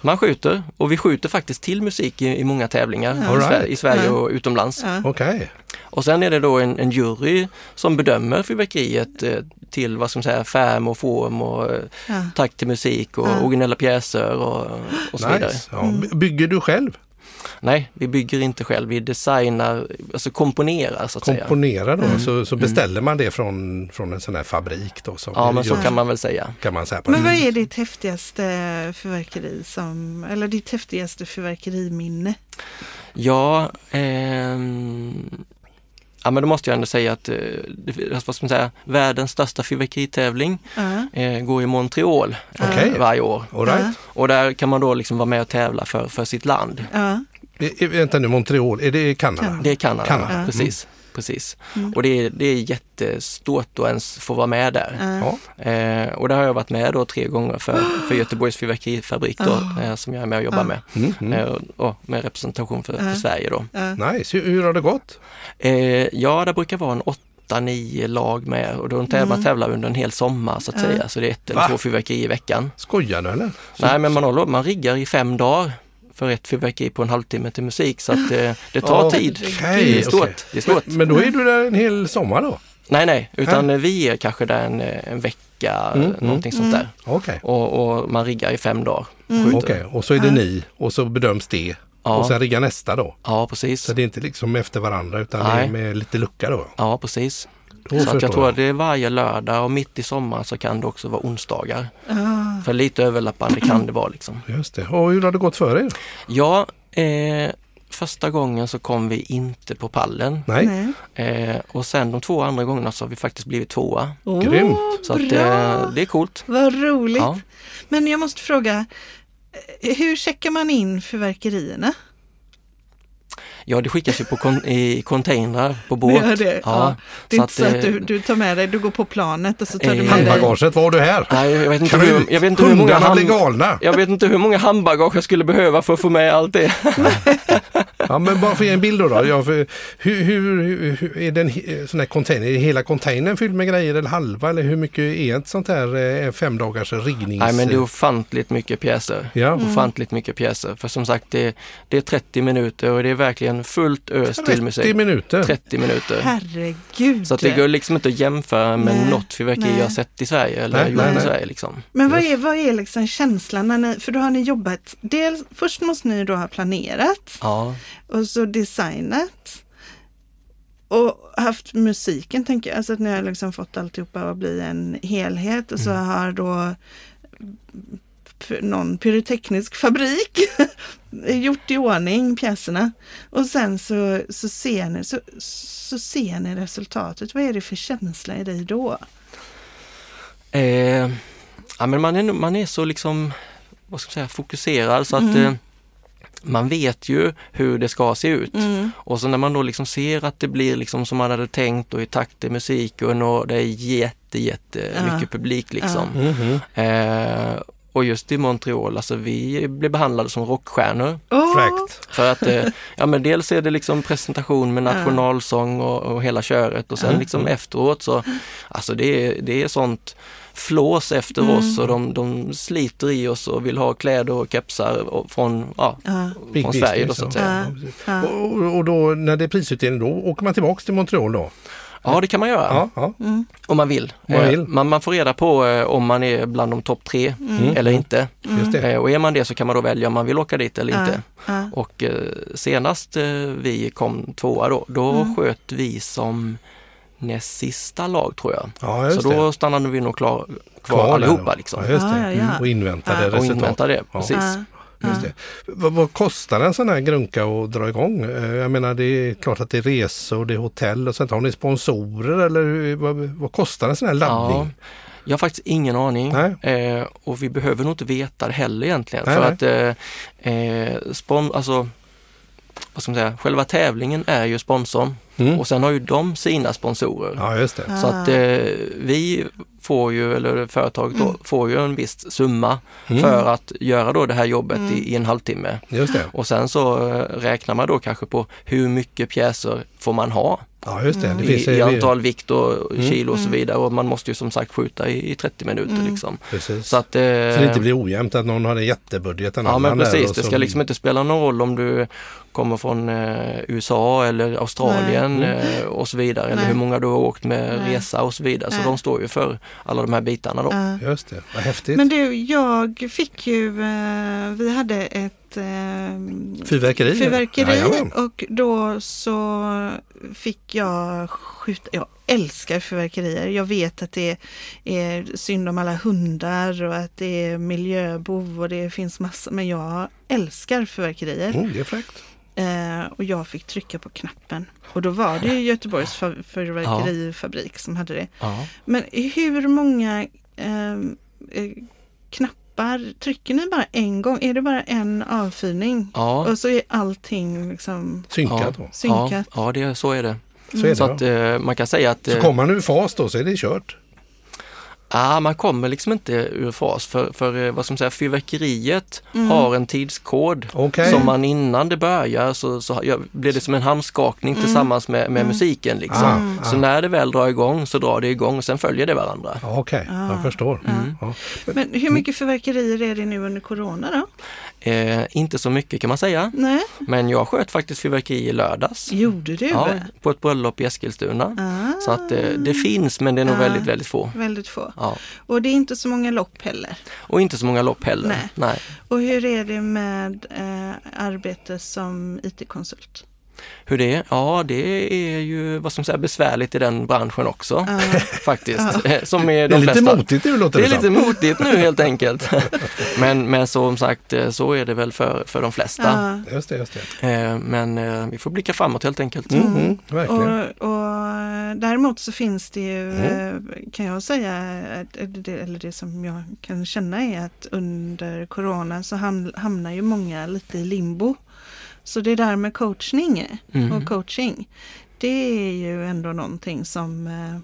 Speaker 3: man skjuter och vi skjuter faktiskt till musik i, i många tävlingar
Speaker 2: All
Speaker 3: i, Sver-
Speaker 2: right.
Speaker 3: i Sverige
Speaker 1: Ja.
Speaker 3: och utomlands.
Speaker 1: Ja.
Speaker 2: Okej.
Speaker 3: Och sen är det då en, en jury som bedömer fyrverkeriet eh, till vad ska man säga, färm och form och eh,
Speaker 1: Ja.
Speaker 3: takt till musik och
Speaker 1: Ja.
Speaker 3: originella pjäser och, och så vidare.
Speaker 2: Nice. Ja.
Speaker 1: Mm.
Speaker 2: Bygger du själv?
Speaker 3: Nej, vi bygger inte själv, vi designar, alltså komponerar så att säga. Mm.
Speaker 2: komponera då, så, så beställer man det från, från en sån här fabrik då. Som
Speaker 3: Ja, men så
Speaker 2: gör-
Speaker 3: kan man väl säga.
Speaker 2: kan man säga på
Speaker 1: Men
Speaker 2: det.
Speaker 1: vad är ditt häftigaste fyrverkeri som, eller ditt häftigaste fyrverkeriminne?
Speaker 3: Ja, ehm, ja men då måste jag ändå säga att eh, det- vad ska man säga, världens största fyrverkeritävling
Speaker 1: Ja.
Speaker 3: eh, går i Montreal eh,
Speaker 2: Okej.
Speaker 3: varje år.
Speaker 2: All right.
Speaker 3: Och där kan man då liksom vara med och tävla för, för sitt land.
Speaker 1: Ja.
Speaker 2: I, i, vänta nu, Montreal, är det i Kanada?
Speaker 1: Kanada.
Speaker 3: Det är Kanada,
Speaker 2: Kanada. Mm.
Speaker 1: Ja.
Speaker 3: precis. precis. Och det är, det är jättestort att ens få vara med där.
Speaker 1: Ja.
Speaker 2: Ja.
Speaker 3: Eh, och där har jag varit med då tre gånger för, för Göteborgs fyrverkerifabrik då, eh, som jag är med och jobbar med.
Speaker 2: Mm, mm.
Speaker 3: Eh, och, och med representation för, för
Speaker 1: Ja.
Speaker 3: Sverige då.
Speaker 1: Ja.
Speaker 2: Nice, hur, hur har det gått?
Speaker 3: Eh, ja, det brukar vara en åtta, nio lag med och de tävlar, tävlar under en hel sommar så att säga. Så det är ett eller
Speaker 2: Va?
Speaker 3: två fyrverkerier i veckan.
Speaker 2: Skojar du eller?
Speaker 3: Nej, men man, håller, man riggar i fem dagar för ett fyrverkeri på en halvtimme till musik så att eh, det tar tid.
Speaker 2: Okej,
Speaker 3: det är stort.
Speaker 2: okej.
Speaker 3: Det är stort.
Speaker 2: Men då är du där en hel sommar då?
Speaker 3: Nej, nej, utan eh, vi är kanske där en, eh, en vecka, eh,
Speaker 2: Mm,
Speaker 3: någonting sånt där.
Speaker 2: Okej,
Speaker 3: Och, och man riggar i fem dagar.
Speaker 2: okej.
Speaker 3: Skjuter.
Speaker 2: och så är det ni och så bedöms det
Speaker 3: Mm. Ja.
Speaker 2: och sen riggar nästa då.
Speaker 3: Ja, precis.
Speaker 2: Så det är inte liksom efter varandra utan det
Speaker 3: Nej.
Speaker 2: är med lite lucka då.
Speaker 3: Ja, precis.
Speaker 2: Då
Speaker 3: så att
Speaker 2: förstår
Speaker 3: jag tror
Speaker 2: jag.
Speaker 3: att det är varje lördag och mitt i sommaren så kan det också vara onsdagar. För lite överlappande kan det vara liksom.
Speaker 2: Just det. Och hur har det gått för er?
Speaker 3: Ja, eh, första gången så kom vi inte på pallen.
Speaker 2: Nej,
Speaker 1: Nej.
Speaker 3: Eh, och sen de två andra gångerna så har vi faktiskt blivit tvåa.
Speaker 1: Åh,
Speaker 2: Grymt.
Speaker 3: Så att,
Speaker 1: bra.
Speaker 3: eh, det är coolt.
Speaker 1: Vad roligt.
Speaker 3: Ja.
Speaker 1: Men jag måste fråga, eh, hur checkar man in fyrverkerierna?
Speaker 3: ja, det skickas ju på kon- i containrar på båt.
Speaker 1: Det gör det. Ja. Det är
Speaker 3: så
Speaker 1: inte så att
Speaker 3: eh,
Speaker 1: du, du tar med dig, du går på planet och så tar du
Speaker 3: Eh,
Speaker 1: med dig.
Speaker 2: handbagaget, var du här?
Speaker 3: Nej, jag vet inte hur,
Speaker 2: Krymp!
Speaker 3: jag vet inte hur många
Speaker 2: Hundarna blir
Speaker 3: hand-
Speaker 2: galna!
Speaker 3: jag vet inte hur många handbagage jag skulle behöva för att få med allt det.
Speaker 2: Ja, men bara för att ge en bild då. då. Ja, för, hur, hur, hur, hur är den he- sån här container, är hela containern fylld med grejer eller halva eller hur mycket är ett sånt här eh, fem dagars riggnings...
Speaker 3: Nej men Mm. det är ofantligt mycket pjäser.
Speaker 2: Ja.
Speaker 1: Mm.
Speaker 3: Ofantligt mycket pjäser. För som sagt det, det är 30 minuter och det är verkligen fullt ös till
Speaker 2: 30
Speaker 3: musik.
Speaker 2: minuter.
Speaker 3: 30 minuter.
Speaker 1: Herregud.
Speaker 3: Så att det går liksom inte att jämföra med
Speaker 1: Nej,
Speaker 3: något fyrverkeri
Speaker 1: nej.
Speaker 3: jag har sett i Sverige eller
Speaker 2: Nej,
Speaker 3: gjort
Speaker 2: nej,
Speaker 3: i
Speaker 2: nej.
Speaker 3: Sverige. Liksom.
Speaker 1: Men vad är, vad är liksom känslan när ni, för då har ni jobbat, dels, först måste ni då ha planerat
Speaker 3: Ja.
Speaker 1: och så designat och haft musiken tänker jag, alltså att ni har liksom fått alltihopa att bli en helhet och så har då p- någon pyroteknisk fabrik gjort i ordning pjäserna och sen så, så, ser ni, så, så ser ni resultatet. Vad är det för känsla i dig då?
Speaker 3: Eh, ja men man är, nog- man är så liksom, vad ska man säga, fokuserad så att
Speaker 1: Mm.
Speaker 3: eh, man vet ju hur det ska se ut.
Speaker 1: Mm.
Speaker 3: Och så när man då liksom ser att det blir liksom som man hade tänkt och i takt till musiken och det är jätte, jätte
Speaker 1: Ja.
Speaker 3: mycket publik liksom.
Speaker 2: Mhm.
Speaker 3: Eh, Och just i Montreal, alltså vi blev behandlade som rockstjärnor.
Speaker 1: Åh,
Speaker 2: Fräckt.
Speaker 3: För att eh, ja, men dels är det liksom presentation med nationalsång och, och hela köret och sen liksom efteråt så, alltså det är, det är sånt flås efter oss
Speaker 2: Mm.
Speaker 3: och de, de sliter i oss och vill ha kläder och kepsar och från, ja,
Speaker 1: Ja.
Speaker 2: Big
Speaker 3: från Sverige då,
Speaker 2: business,
Speaker 3: så att
Speaker 2: ja.
Speaker 3: säga.
Speaker 2: Ja, precis. Och, och då när det är prisutdelning då åker man tillbaks till Montreal då?
Speaker 3: Ja, det kan man göra.
Speaker 2: Ja, ja.
Speaker 3: Om man vill.
Speaker 2: Om man
Speaker 3: Eh,
Speaker 2: vill.
Speaker 3: Man, man får reda på eh, om man är bland de topp tre eller inte.
Speaker 2: just Mm. det.
Speaker 3: Eh, Och är man det så kan man då välja om man vill åka dit eller
Speaker 1: Ja,
Speaker 3: inte.
Speaker 1: ja.
Speaker 3: Och eh, senast eh, vi kom tvåa då, då
Speaker 2: Mm.
Speaker 3: sköt vi som näst sista lag tror jag.
Speaker 2: Ja, just
Speaker 3: så då stannade vi nog klar, kvar
Speaker 2: Kvar där
Speaker 3: allihopa
Speaker 2: då.
Speaker 3: liksom.
Speaker 2: Ja, just
Speaker 1: Ja,
Speaker 2: det.
Speaker 1: ja, ja.
Speaker 2: Mm, Och inväntade
Speaker 1: Ja.
Speaker 2: resultat.
Speaker 3: och inväntade det,
Speaker 2: Ja.
Speaker 3: precis.
Speaker 1: Ja.
Speaker 2: Just det. Vad, vad kostar en sån här grunka att dra igång? Eh, Jag menar det är klart att det är resor, det är hotell och sånt. Har ni sponsorer eller hur- vad, vad kostar en sån här
Speaker 3: Ja,
Speaker 2: laddning?
Speaker 3: jag har faktiskt ingen aning
Speaker 2: Nej.
Speaker 3: eh, och vi behöver nog inte veta det heller egentligen.
Speaker 2: Nej,
Speaker 3: för
Speaker 2: nej.
Speaker 3: att eh, eh, spon- alltså, vad ska man säga, själva tävlingen är ju sponsorn
Speaker 2: Mm.
Speaker 3: och sen har ju de sina sponsorer.
Speaker 2: Ja, just det.
Speaker 3: Så att eh, vi får ju, eller företaget då, får ju en viss summa
Speaker 2: Mm.
Speaker 3: för att göra då det här jobbet i, i en halvtimme.
Speaker 2: Just det.
Speaker 3: Och sen så eh, räknar man då kanske på hur mycket pjäser får man ha
Speaker 2: Ja, just det. det finns,
Speaker 3: Mm.
Speaker 2: Mm.
Speaker 3: i, i
Speaker 2: eh,
Speaker 3: antal vikt och kilo och så vidare och man måste ju som sagt skjuta i, i 30 minuter liksom.
Speaker 2: Precis.
Speaker 3: Så att eh,
Speaker 2: Så det inte blir ojämnt att någon har en jättebudget. en
Speaker 3: Ja men
Speaker 2: annan där
Speaker 3: precis,
Speaker 2: och
Speaker 3: det
Speaker 2: så-
Speaker 3: ska liksom inte spela någon roll om du kommer från eh, USA eller Australien eh, och så vidare eller
Speaker 1: Nej.
Speaker 3: hur många du har åkt med
Speaker 1: Nej.
Speaker 3: resa och så vidare. Så
Speaker 1: Nej.
Speaker 3: de står ju för alla de här bitarna då.
Speaker 1: Ja.
Speaker 2: Just det, vad häftigt.
Speaker 1: Men du, jag fick ju, eh, vi hade ett eh,
Speaker 2: Fyrverkeri?
Speaker 1: fyrverkeri
Speaker 2: Jajamän.
Speaker 1: och då så fick jag skjuta, jag älskar fyrverkerier. Jag vet att det är synd om alla hundar och att det är miljöbov och det finns massor, men jag älskar fyrverkerier.
Speaker 2: Mm, det är fräckt.
Speaker 1: Eh, och jag fick trycka på knappen. Och då var det ju Göteborgs fa- fyrverkerifabrik som hade det.
Speaker 3: Ja.
Speaker 1: Men hur många ehm, eh, knappar trycker ni bara en gång? Är det bara en avfyrning?
Speaker 3: Ja.
Speaker 1: Och så är allting liksom...
Speaker 2: Synkat då.
Speaker 1: synkat.
Speaker 3: Ja, ja det, så är det.
Speaker 1: Mm.
Speaker 2: Så är
Speaker 3: Så
Speaker 2: det.
Speaker 3: att
Speaker 2: då.
Speaker 3: eh, man kan säga att
Speaker 2: Så
Speaker 3: eh,
Speaker 2: kommer man ur fas då så är det kört.
Speaker 3: ah, man kommer liksom inte ur fas för, för eh, vad som säger, fyrverkeriet
Speaker 1: Mm.
Speaker 3: har en tidskod
Speaker 2: Okej. Ah,
Speaker 3: som man innan det börjar så, så ja, blir det som en handskakning
Speaker 1: Mm.
Speaker 3: tillsammans med, med musiken. Liksom.
Speaker 2: Ah, Mm.
Speaker 3: Så
Speaker 2: ah.
Speaker 3: när det väl drar igång så drar det igång och sen följer det varandra.
Speaker 2: Ja, Okej,
Speaker 1: Ah.
Speaker 2: jag förstår. Ja.
Speaker 1: Men hur mycket fyrverkerier är det nu under corona då?
Speaker 3: Eh, inte så mycket kan man säga,
Speaker 1: Nej,
Speaker 3: men jag sköt faktiskt fyrverkeri i lördags.
Speaker 1: gjorde du?
Speaker 3: Ja, på ett bröllop i Eskilstuna.
Speaker 1: Ah.
Speaker 3: Så att eh, det finns men det är nog
Speaker 1: Ah.
Speaker 3: väldigt, väldigt få.
Speaker 1: Väldigt få.
Speaker 3: Ja.
Speaker 1: Och det är inte så många lopp heller.
Speaker 3: Och inte så många lopp heller.
Speaker 1: Nej.
Speaker 3: Nej.
Speaker 1: Och hur är det med eh, arbete som IT-konsult?
Speaker 3: Hur det är? Ja, det är ju vad som säger, besvärligt i den branschen också
Speaker 1: Ah.
Speaker 3: faktiskt. Eh, Som är
Speaker 2: Det
Speaker 3: de
Speaker 2: är lite
Speaker 3: flesta.
Speaker 2: motigt nu låter
Speaker 3: Det
Speaker 2: det,
Speaker 3: är lite
Speaker 2: som.
Speaker 3: motigt nu helt enkelt. men, men som sagt, eh, så är det väl för, för de flesta.
Speaker 1: Ja.
Speaker 2: Just det, just det.
Speaker 3: Eh, Men eh, vi får blicka framåt helt enkelt.
Speaker 2: Mm, verkligen.
Speaker 1: Och, och däremot så finns det ju,
Speaker 2: Mm.
Speaker 1: eh, kan jag säga, att- eller det, eller det som jag kan känna är att under corona så ham- hamnar ju många lite i limbo. Så det där med coachning
Speaker 2: Mm.
Speaker 3: Mm.
Speaker 1: och coaching, det är ju ändå någonting som, eh,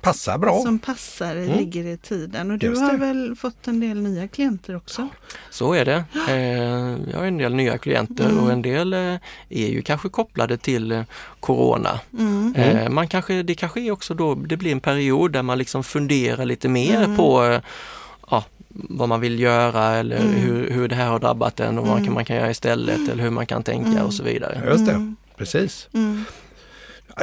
Speaker 2: Passar bra. Mm.
Speaker 1: som passar, ligger i tiden. Och du
Speaker 2: Just
Speaker 1: har
Speaker 2: det.
Speaker 1: väl fått en del nya klienter också?
Speaker 3: Så är det. Eh, Jag har en del nya klienter
Speaker 2: Mm.
Speaker 3: och en del eh, är ju kanske kopplade till eh, Corona.
Speaker 1: Mm.
Speaker 2: Mm.
Speaker 3: Eh, Man kanske, det kanske är också då det blir en period där man liksom funderar lite mer
Speaker 2: Mm.
Speaker 3: på eh, ja, vad man vill göra eller
Speaker 2: Mm.
Speaker 3: hur, hur det här har drabbat en och vad man kan, man kan göra istället eller hur man kan tänka
Speaker 2: Mm.
Speaker 3: och så vidare.
Speaker 2: Just det,
Speaker 1: Mm.
Speaker 2: precis. Ja,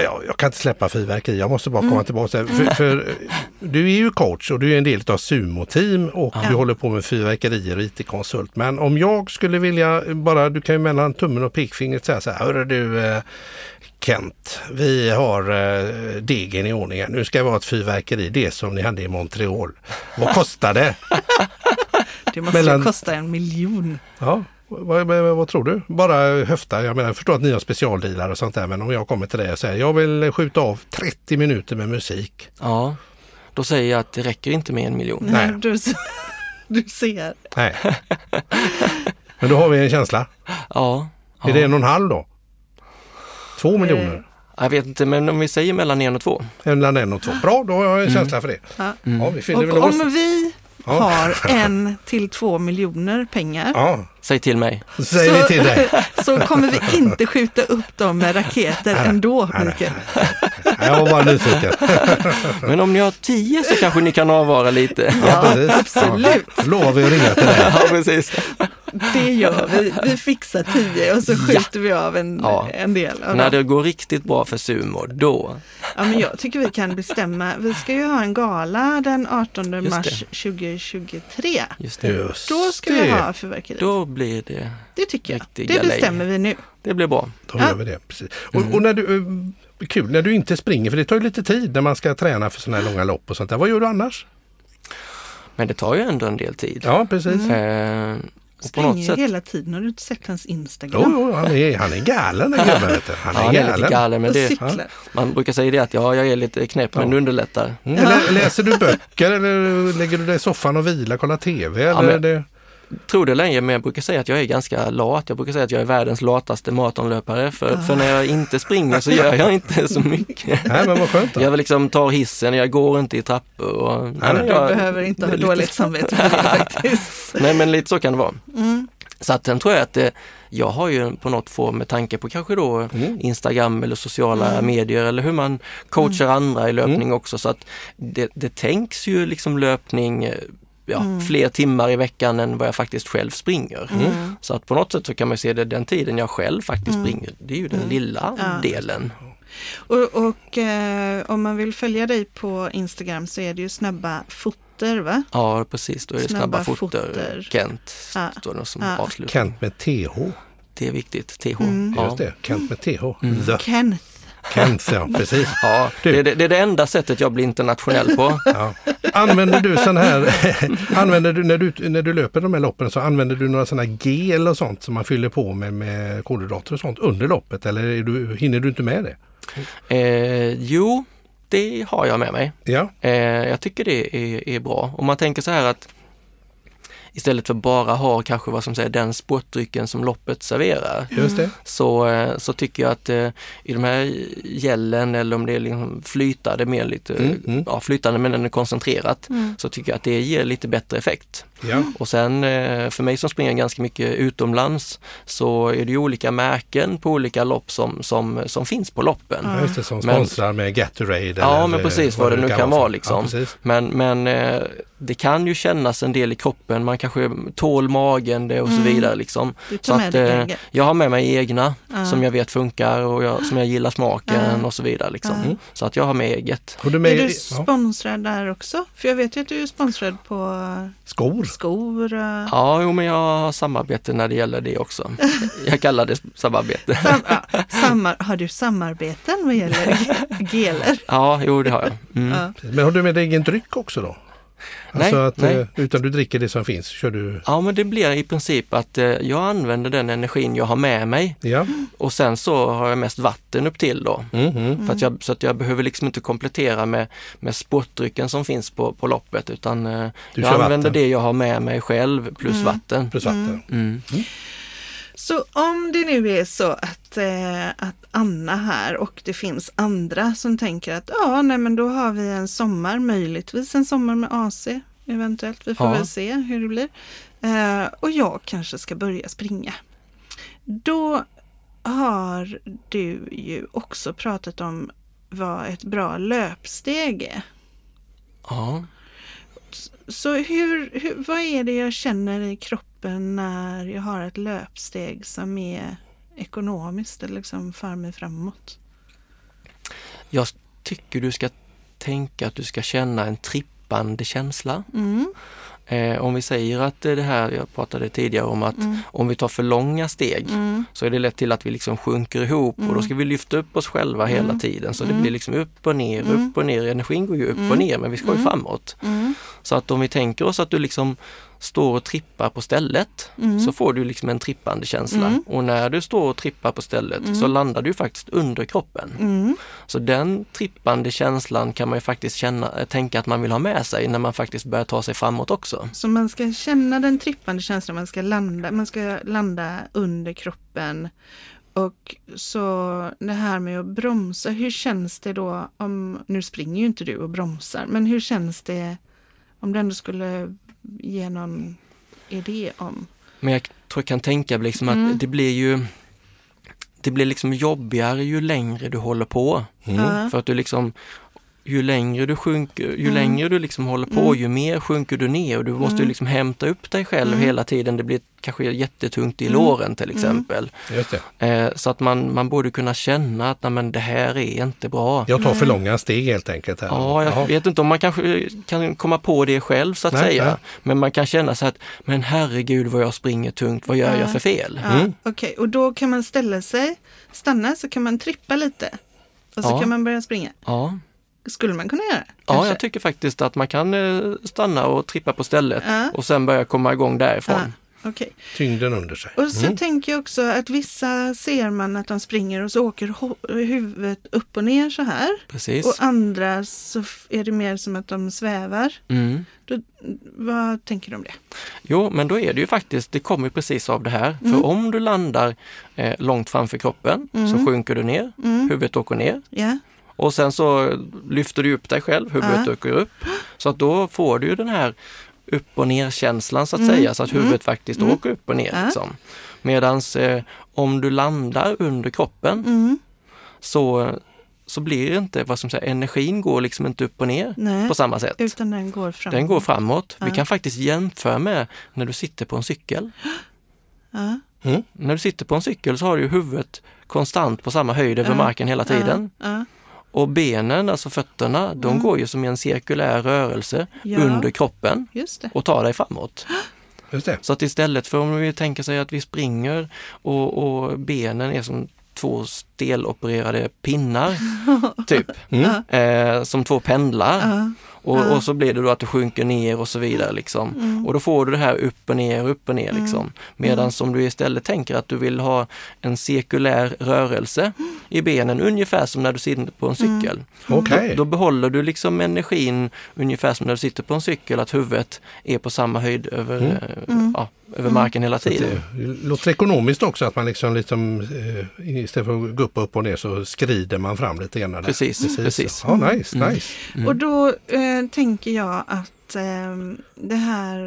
Speaker 2: Jag, jag kan inte släppa fyrverkeri, jag måste bara komma
Speaker 3: Mm.
Speaker 2: tillbaka. till- För, för, eh, du är ju coach och du är en del av Sumo-team och du håller på med fyrverkerier och IT-konsult. Men om jag skulle vilja, bara, du kan ju mellan tummen och pekfingret säga så här, hörru du eh, Kent, vi har eh, degen i ordning här. Nu ska vi ha ett fyrverkeri, det som ni hade i Montreal. Vad kostar det?
Speaker 1: Det måste
Speaker 2: Mellan-
Speaker 1: ju kosta en miljon.
Speaker 2: Ja, vad, vad, vad tror du? Bara höfta. Jag menar, jag förstår att ni har specialdealar och sånt där, men om jag kommer till dig och säger jag vill skjuta av 30 minuter med musik.
Speaker 3: Ja, då säger jag att det räcker inte med en miljon.
Speaker 2: Nej.
Speaker 1: Du, s- du ser.
Speaker 2: Nej. men då har vi en känsla.
Speaker 3: Ja,
Speaker 2: Är det en och en halv då?
Speaker 1: Eh.
Speaker 2: Två miljoner?
Speaker 3: jag vet inte men om vi säger mellan en och två.
Speaker 2: Mellan en och två. Bra, då har jag en känsla för det.
Speaker 1: Mm.
Speaker 2: Mm.
Speaker 1: Ja.
Speaker 2: Ja, vi fyller väl
Speaker 1: Och
Speaker 2: oss.
Speaker 1: om vi
Speaker 2: Ja.
Speaker 1: har en till två miljoner pengar.
Speaker 2: Ja,
Speaker 3: Säg till mig.
Speaker 2: så säger
Speaker 1: Så-
Speaker 2: vi till dig.
Speaker 1: Så kommer vi inte skjuta upp dem med raketer ändå,
Speaker 2: nej.
Speaker 1: Mikael.
Speaker 2: Jag var bara nyfiken.
Speaker 3: Men om ni har tio så kanske ni kan avvara lite.
Speaker 2: Ja, precis.
Speaker 1: absolut.
Speaker 2: Ja, lovar vi att ringa till dig.
Speaker 3: Ja, precis.
Speaker 1: Det gör vi. Vi fixar tio och så skjuter vi av en,
Speaker 3: Ja.
Speaker 1: en del av
Speaker 3: När
Speaker 1: dem.
Speaker 3: det går riktigt bra för sumo, då.
Speaker 1: Ja, men jag tycker vi kan bestämma. Vi ska ju ha en gala den 18
Speaker 3: Just
Speaker 1: mars 2023.
Speaker 3: Just det.
Speaker 2: Just
Speaker 1: Då ska
Speaker 2: det.
Speaker 1: vi ha fyrverkeri.
Speaker 3: Då blir det,
Speaker 1: det tycker jag.
Speaker 3: riktig
Speaker 1: Det
Speaker 3: galej.
Speaker 1: bestämmer vi nu.
Speaker 3: det blir bra.
Speaker 2: Då
Speaker 1: Ja.
Speaker 2: gör vi det. Precis. Och, och när du, eh, kul när du inte springer, för det tar ju lite tid när man ska träna för sådana här långa lopp och sånt där. Vad gör du annars?
Speaker 3: Men det tar ju ändå en del tid.
Speaker 2: Ja, precis.
Speaker 3: Eh, och på
Speaker 1: Springer
Speaker 3: något
Speaker 1: ju
Speaker 3: sätt,
Speaker 1: hela tiden. Har du inte sett hans
Speaker 2: Jo,
Speaker 1: Instagram?
Speaker 2: jo, han är, han är galen den gubben. vet du. Han
Speaker 3: ja,
Speaker 2: är
Speaker 3: han är lite
Speaker 2: galen.
Speaker 3: galen, men
Speaker 1: och
Speaker 3: det,
Speaker 1: cyklar.
Speaker 3: man brukar säga det att ja, jag är lite knäpp, men det underlättar.
Speaker 2: Mm, lä- Läser du böcker eller lägger du dig i soffan och vilar, kollar TV? Eller
Speaker 3: men-
Speaker 2: är det,
Speaker 3: Tror det länge, men jag brukar säga att jag är ganska lat. Jag brukar säga att jag är världens lataste maratonlöpare, för, för när jag inte springer så gör jag inte så mycket.
Speaker 2: nej, men vad skönt. Då.
Speaker 3: Jag liksom tar hissen, jag går inte i trappor. Och, nej, men
Speaker 1: Du
Speaker 3: jag,
Speaker 1: behöver inte ha
Speaker 3: lite-
Speaker 1: dåligt samvete för det faktiskt.
Speaker 3: Nej men lite så kan det vara.
Speaker 1: Mm.
Speaker 3: Så att sen tror jag att det, jag har ju på något form med tanke på kanske då
Speaker 2: Mm.
Speaker 3: Instagram eller sociala
Speaker 1: Mm.
Speaker 3: medier eller hur man coachar andra i löpning
Speaker 2: Mm.
Speaker 3: också. Så att det, det tänks ju liksom löpning eh, ja,
Speaker 1: Mm.
Speaker 3: fler timmar i veckan än vad jag faktiskt själv springer.
Speaker 1: Mm.
Speaker 3: Så att på något sätt så kan man se det den tiden jag själv faktiskt springer, det är ju
Speaker 1: Mm.
Speaker 3: den lilla delen.
Speaker 1: Och, och eh, om man vill följa dig på Instagram så är det ju snabba foter va?
Speaker 3: Ja precis, då är det snabba,
Speaker 1: Snabba
Speaker 3: foter,
Speaker 1: foter.
Speaker 3: Kent
Speaker 1: Ja.
Speaker 3: står det som
Speaker 1: Ja. Mm.
Speaker 3: avslut.
Speaker 2: Kent med TH.
Speaker 3: Det är viktigt, TH.
Speaker 2: Just det, Kent med TH. The
Speaker 1: Kenneth.
Speaker 2: Kent, ja precis.
Speaker 3: Ja,
Speaker 2: Du.
Speaker 3: det, är det, det är det enda sättet jag blir internationell på.
Speaker 2: Ja. Använder du sån här, använder du när, du när du löper de här loppen så använder du några såna här gel och sånt som man fyller på med, med kolhydrater och sånt under loppet eller är du, hinner du inte med det?
Speaker 3: Eh, jo, det har jag med mig.
Speaker 2: Ja,
Speaker 3: Eh, jag tycker det är, är bra. Om man tänker så här att istället för bara ha kanske vad som säger den sportdrycken som loppet serverar
Speaker 2: just det.
Speaker 3: så, eh, så tycker jag att eh, i de här gällen eller om det är liksom flytande, mer lite, Ja, flytande men ändå koncentrerat,
Speaker 1: Mm.
Speaker 3: så tycker jag att det ger lite bättre effekt.
Speaker 2: Ja.
Speaker 3: Och sen eh, för mig som springer ganska mycket utomlands så är det ju olika märken på olika lopp som, som, som finns på loppen.
Speaker 1: Mm.
Speaker 2: Ja, Just det, som
Speaker 3: Men-
Speaker 2: sponsrar med Gatorade.
Speaker 3: Ja
Speaker 2: eller
Speaker 3: men precis vad det nu kan
Speaker 2: för-
Speaker 3: vara liksom.
Speaker 2: Ja, precis.
Speaker 3: men men eh, det kan ju kännas en del i kroppen, man kanske tål magen det och så vidare. Liksom.
Speaker 1: Mm. Du
Speaker 3: Så
Speaker 1: tar med
Speaker 3: att,
Speaker 1: dig
Speaker 3: eh,
Speaker 1: Gagge.
Speaker 3: jag har med mig egna
Speaker 1: Ja.
Speaker 3: som jag vet funkar och jag, som jag gillar smaken
Speaker 1: Ja.
Speaker 3: och så vidare. Liksom.
Speaker 1: Ja.
Speaker 3: Mm. Så att jag har med eget.
Speaker 2: Och du med,
Speaker 1: Är du
Speaker 2: ja,
Speaker 1: sponsrad där också? För jag vet ju att du är sponsrad på
Speaker 2: skor?
Speaker 1: skor. eh,
Speaker 3: Ja, jo, men jag har samarbete när det gäller det också. Jag kallar det samarbete.
Speaker 1: Sam, ja, samar, har du samarbeten vad gäller geler?
Speaker 3: Ja, jo det har jag. Mm.
Speaker 1: Ja.
Speaker 2: Men har du med dig egen dryck också då? Alltså
Speaker 3: Nej,
Speaker 2: att,
Speaker 3: nej.
Speaker 2: eh, Utan du dricker det som finns, kör du?
Speaker 3: Ja, men det blir i princip att eh, jag använder den energin jag har med mig
Speaker 2: Ja,
Speaker 3: och sen så har jag mest vatten upp till då.
Speaker 2: Mhm.
Speaker 3: För att jag, så att jag behöver liksom inte komplettera med, med sportdrycken som finns på, på loppet utan eh,
Speaker 2: Du
Speaker 3: jag
Speaker 2: kör
Speaker 3: använder
Speaker 2: vatten.
Speaker 3: det jag har med mig själv plus vatten.
Speaker 2: plus vatten.
Speaker 3: Mm.
Speaker 1: Så om det nu är så att, eh, att Anna här och det finns andra som tänker att ja, nej men då har vi en sommar, möjligtvis en sommar med AC eventuellt. Vi får
Speaker 3: Ja.
Speaker 1: väl se hur det blir. Eh, och jag kanske ska börja springa. Då har du ju också pratat om vad ett bra löpsteg är.
Speaker 3: Ja.
Speaker 1: Så hur, hur, vad är det jag känner i kroppen när jag har ett löpsteg som är ekonomiskt eller liksom för mig framåt?
Speaker 3: Jag tycker du ska tänka att du ska känna en trippande känsla.
Speaker 1: Mm.
Speaker 3: Eh, om vi säger att eh, det här, jag pratade tidigare om att om vi tar för långa steg så är det lätt till att vi liksom sjunker ihop och då ska vi lyfta upp oss själva hela tiden så det blir liksom upp och ner, upp och ner. Energin går ju upp och ner men vi ska ju framåt. Så att om vi tänker oss att du liksom står och trippar på stället så får du liksom en trippande känsla och när du står och trippar på stället så landar du faktiskt under kroppen.
Speaker 1: mm.
Speaker 3: Så den trippande känslan kan man ju faktiskt känna, eh, tänka att man vill ha med sig när man faktiskt börjar ta sig framåt också.
Speaker 1: Så man ska känna den trippande känslan, man ska landa, man ska landa under kroppen. Och så det här med att bromsa, hur känns det då om, nu springer ju inte du och bromsar, men hur känns det om du ändå skulle ge någon idé om.
Speaker 3: Men jag tror jag kan tänka mig liksom att
Speaker 1: Mm.
Speaker 3: det blir ju det blir liksom jobbigare ju längre du håller på.
Speaker 2: Mm.
Speaker 1: Ja.
Speaker 3: För att du liksom, ju längre du sjunker, ju
Speaker 1: Mm.
Speaker 3: längre du liksom håller på,
Speaker 1: Mm.
Speaker 3: ju mer sjunker du ner och du måste ju
Speaker 1: Mm.
Speaker 3: liksom hämta upp dig själv
Speaker 1: Mm.
Speaker 3: hela tiden. Det blir kanske jättetungt i
Speaker 1: Mm.
Speaker 3: låren till exempel.
Speaker 2: Just det.
Speaker 3: Eh, så att man, man borde kunna känna att nej, men det här är inte bra. Ja.
Speaker 2: Jag tar för långa steg helt enkelt. Här.
Speaker 3: jag
Speaker 2: Jaha.
Speaker 3: vet inte om man kanske kan komma på det själv så att
Speaker 2: Nej,
Speaker 3: säga.
Speaker 2: nej.
Speaker 3: Men man kan känna så att, men herregud vad jag springer tungt, vad gör jag för fel?
Speaker 1: Ja,
Speaker 2: Mm.
Speaker 1: Okej, och då kan man ställa sig, stanna, så kan man trippa lite. Och så
Speaker 3: Ja.
Speaker 1: kan man börja springa.
Speaker 3: Ja.
Speaker 1: Skulle man kunna göra?
Speaker 3: ja,
Speaker 1: kanske?
Speaker 3: jag tycker faktiskt att man kan eh, stanna och trippa på stället
Speaker 1: Ja.
Speaker 3: och sen börja komma igång därifrån.
Speaker 1: Ja, okej.
Speaker 2: Tyngden under sig.
Speaker 1: Och
Speaker 3: Mm.
Speaker 1: så tänker jag också att vissa ser man att de springer och så åker ho- huvudet upp och ner så här.
Speaker 3: Precis.
Speaker 1: Och andra så f- är det mer som att de svävar.
Speaker 3: Mm.
Speaker 1: Då, vad tänker du om det?
Speaker 3: Jo, men då är det ju faktiskt, det kommer ju precis av det här.
Speaker 1: Mm.
Speaker 3: För om du landar eh, långt framför kroppen så
Speaker 1: Mm.
Speaker 3: sjunker du ner, huvudet åker ner
Speaker 1: Ja,
Speaker 3: och sen så lyfter du upp dig själv, huvudet
Speaker 1: Ja.
Speaker 3: åker upp. Så att då får du ju den här upp och ner-känslan så att säga, så att huvudet faktiskt åker upp och ner.
Speaker 1: Mm. Ja.
Speaker 3: Liksom. Medans eh, om du landar under kroppen
Speaker 1: mm.
Speaker 3: så, så blir det inte, vad som säger, energin går liksom inte upp och ner
Speaker 1: Nej.
Speaker 3: på samma sätt.
Speaker 1: utan den går fram.
Speaker 3: Den går framåt. Vi kan faktiskt jämföra med när du sitter på en cykel.
Speaker 1: Ja,
Speaker 3: När du sitter på en cykel så har du ju huvudet konstant på samma höjd över marken hela tiden.
Speaker 1: ja,
Speaker 3: Och benen, alltså fötterna, de går ju som i en cirkulär rörelse
Speaker 1: Mm. Ja.
Speaker 3: under kroppen
Speaker 1: just det.
Speaker 3: och tar dig framåt.
Speaker 2: Just det.
Speaker 3: Så att istället för om vi tänker sig att vi springer och, och benen är som två stelopererade pinnar, typ, eh, som två pendlar.
Speaker 1: Ja, Mm.
Speaker 3: Och, och så blir det då att du sjunker ner och så vidare liksom. Och då får du det här upp och ner, upp och ner liksom. Medan om du istället tänker att du vill ha en cirkulär rörelse i benen, ungefär som när du sitter på en
Speaker 1: Mm.
Speaker 3: cykel.
Speaker 2: Okej.
Speaker 3: Då behåller du liksom energin ungefär som när du sitter på en cykel, att huvudet är på samma höjd över, eh,
Speaker 1: Mm.
Speaker 3: Ja, över marken hela tiden.
Speaker 2: Det låter ekonomiskt också att man liksom, liksom eh, istället för att gå upp och upp och ner så skrider man fram lite grann. Där.
Speaker 3: Precis, Mm, precis.
Speaker 2: Ja, nice, nice.
Speaker 3: Mm.
Speaker 1: Och då eh, tänker jag att eh, det här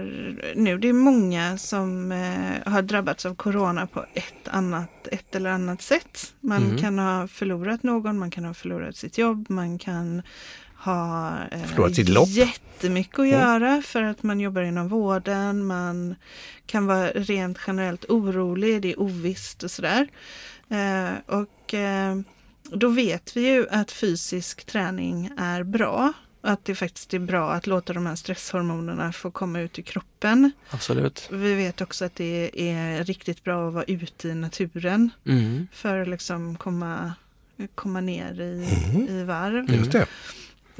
Speaker 1: nu, det är många som eh, har drabbats av corona på ett, annat, ett eller annat sätt. Man kan ha förlorat någon, man kan ha förlorat sitt jobb, man kan ha eh,
Speaker 2: Förlorat sitt lopp.
Speaker 1: jättemycket att göra för att man jobbar inom vården, man kan vara rent generellt orolig, det är ovisst och sådär. Eh, och eh, då vet vi ju att fysisk träning är bra. Och att det faktiskt är bra att låta de här stresshormonerna få komma ut i kroppen.
Speaker 3: Absolut.
Speaker 1: Vi vet också att det är riktigt bra att vara ute i naturen
Speaker 3: Mm.
Speaker 1: för att liksom komma, komma ner i,
Speaker 2: Mm.
Speaker 1: i varv.
Speaker 3: Mm.
Speaker 2: Just det.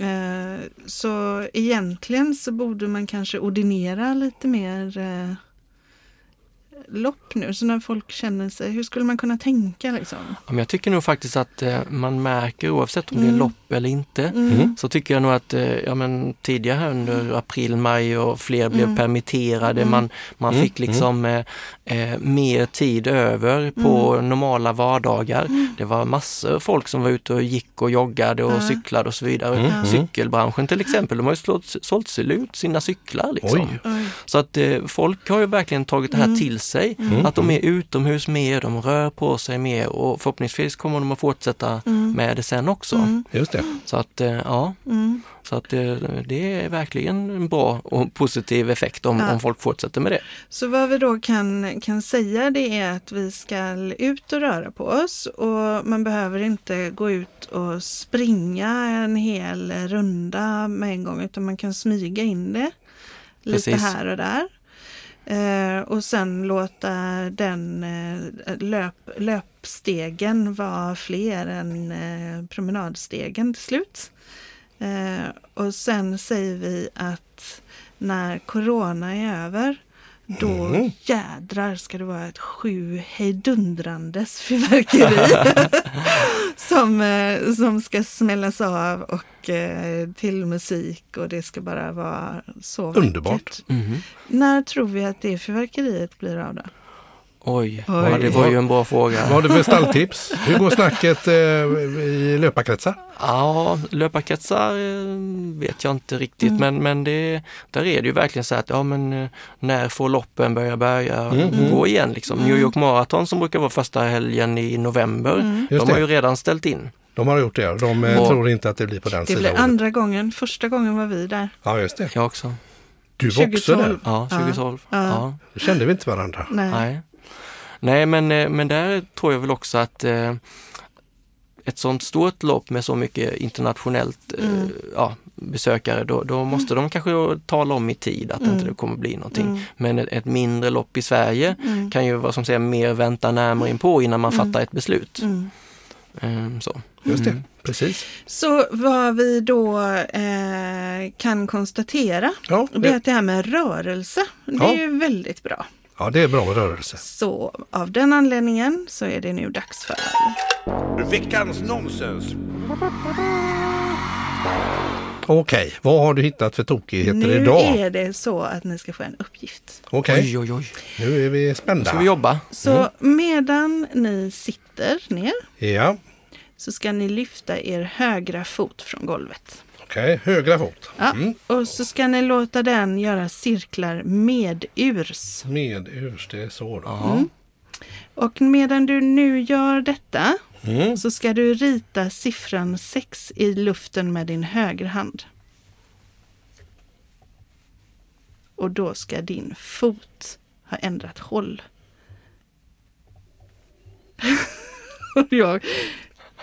Speaker 1: Eh, så egentligen så borde man kanske ordinera lite mer eh, lopp nu. Så när folk känner sig, hur skulle man kunna tänka liksom?
Speaker 3: Ja, men jag tycker nog faktiskt att eh, man märker oavsett om det är lopp eller inte,
Speaker 1: Mm.
Speaker 3: så tycker jag nog att eh, ja, men tidigare här under april, maj och fler blev permitterade. Man, man fick liksom eh, eh, mer tid över på normala vardagar. Det var massor folk som var ute och gick och joggade och cyklade och så
Speaker 2: Mm.
Speaker 3: vidare. Cykelbranschen till exempel, de har ju slått, sålt sig ut sina cyklar. Liksom.
Speaker 2: Oj.
Speaker 1: Oj.
Speaker 3: Så att eh, folk har ju verkligen tagit det här till sig.
Speaker 1: Mm.
Speaker 3: Att de är utomhus mer, de rör på sig mer och förhoppningsvis kommer de att fortsätta med det sen också.
Speaker 2: Just det.
Speaker 3: Så att eh, ja,
Speaker 1: Mm.
Speaker 3: så att eh, det är verkligen en bra och positiv effekt om,
Speaker 1: Ja.
Speaker 3: om folk fortsätter med det.
Speaker 1: Så vad vi då kan, kan säga det är att vi ska ut och röra på oss och man behöver inte gå ut och springa en hel runda med en gång utan man kan smyga in det lite
Speaker 3: Precis.
Speaker 1: här och där. Eh, och sen låta den eh, löp, löpstegen vara fler än eh, promenadstegen till slut. Eh, och sen säger vi att när corona är över då
Speaker 2: Mhm.
Speaker 1: jädrar ska det vara ett sju hejdundrandes fyrverkeri som, eh, som ska smällas av och eh, till musik och det ska bara vara så
Speaker 2: Underbart. Mhm.
Speaker 1: vackert. När tror vi att det fyrverkeriet blir av då?
Speaker 3: Oj,
Speaker 1: Oj.
Speaker 3: Ja, det var ju en bra fråga.
Speaker 2: Vad har du för stalltips? Hur går snacket eh, i löparkretsar?
Speaker 3: Ja, löparkretsar eh, vet jag inte riktigt men, men det, där är det ju verkligen så här att ja, men, eh, när får loppen börja börja gå igen? Liksom. New York Marathon som brukar vara första helgen i november,
Speaker 1: Mm.
Speaker 2: Just
Speaker 3: de
Speaker 2: det.
Speaker 3: har ju redan ställt in.
Speaker 2: De har gjort det, ja. de eh,
Speaker 3: Ja.
Speaker 2: tror inte att det blir på den
Speaker 1: Det
Speaker 2: sidan.
Speaker 1: blir andra gången, första gången var vi där.
Speaker 2: Ja, just det.
Speaker 3: Jag också.
Speaker 2: Du var också
Speaker 1: 2012.
Speaker 2: där.
Speaker 3: Ja, 2012.
Speaker 1: Ja.
Speaker 3: Ja.
Speaker 2: Då kände vi inte varandra.
Speaker 1: Nej.
Speaker 3: Nej. Nej, men, eh, men där tror jag väl också att eh, ett sånt stort lopp med så mycket internationellt eh,
Speaker 1: Mm.
Speaker 3: ja, besökare, då, då måste de kanske då tala om i tid att
Speaker 1: Mm.
Speaker 3: inte det kommer bli någonting. Men ett, ett mindre lopp i Sverige
Speaker 1: Mm.
Speaker 3: kan ju vad som säger mer vänta närmare in på innan man fattar ett beslut.
Speaker 1: Mm.
Speaker 3: Ehm, så.
Speaker 2: Just det, precis.
Speaker 1: Så vad vi då eh, kan konstatera,
Speaker 2: Ja,
Speaker 1: det är
Speaker 2: det,
Speaker 1: att det här med rörelse, det
Speaker 2: Ja.
Speaker 1: är ju väldigt bra.
Speaker 2: ja, det är bra rörelse.
Speaker 1: Så av den anledningen så är det nu dags för
Speaker 4: Veckans nonsens.
Speaker 2: Okej, vad har du hittat för tokigheter
Speaker 1: Nu
Speaker 2: idag?
Speaker 1: är det så att ni ska få en uppgift.
Speaker 2: Okej,
Speaker 3: Oj, oj, oj.
Speaker 2: nu är vi
Speaker 3: Ska
Speaker 2: spända.
Speaker 3: vi jobba?
Speaker 1: Så medan ni sitter ner
Speaker 2: Ja,
Speaker 1: så ska ni lyfta er högra fot från golvet.
Speaker 2: okej. Högra fot.
Speaker 1: Ja. Och så ska ni låta den göra cirklar medurs.
Speaker 2: Med urs, det är så då.
Speaker 3: Ja.
Speaker 1: Och medan du nu gör detta
Speaker 2: Mm.
Speaker 1: så ska du rita siffran 6 i luften med din högra hand. Och då ska din fot ha ändrat håll. Och jag,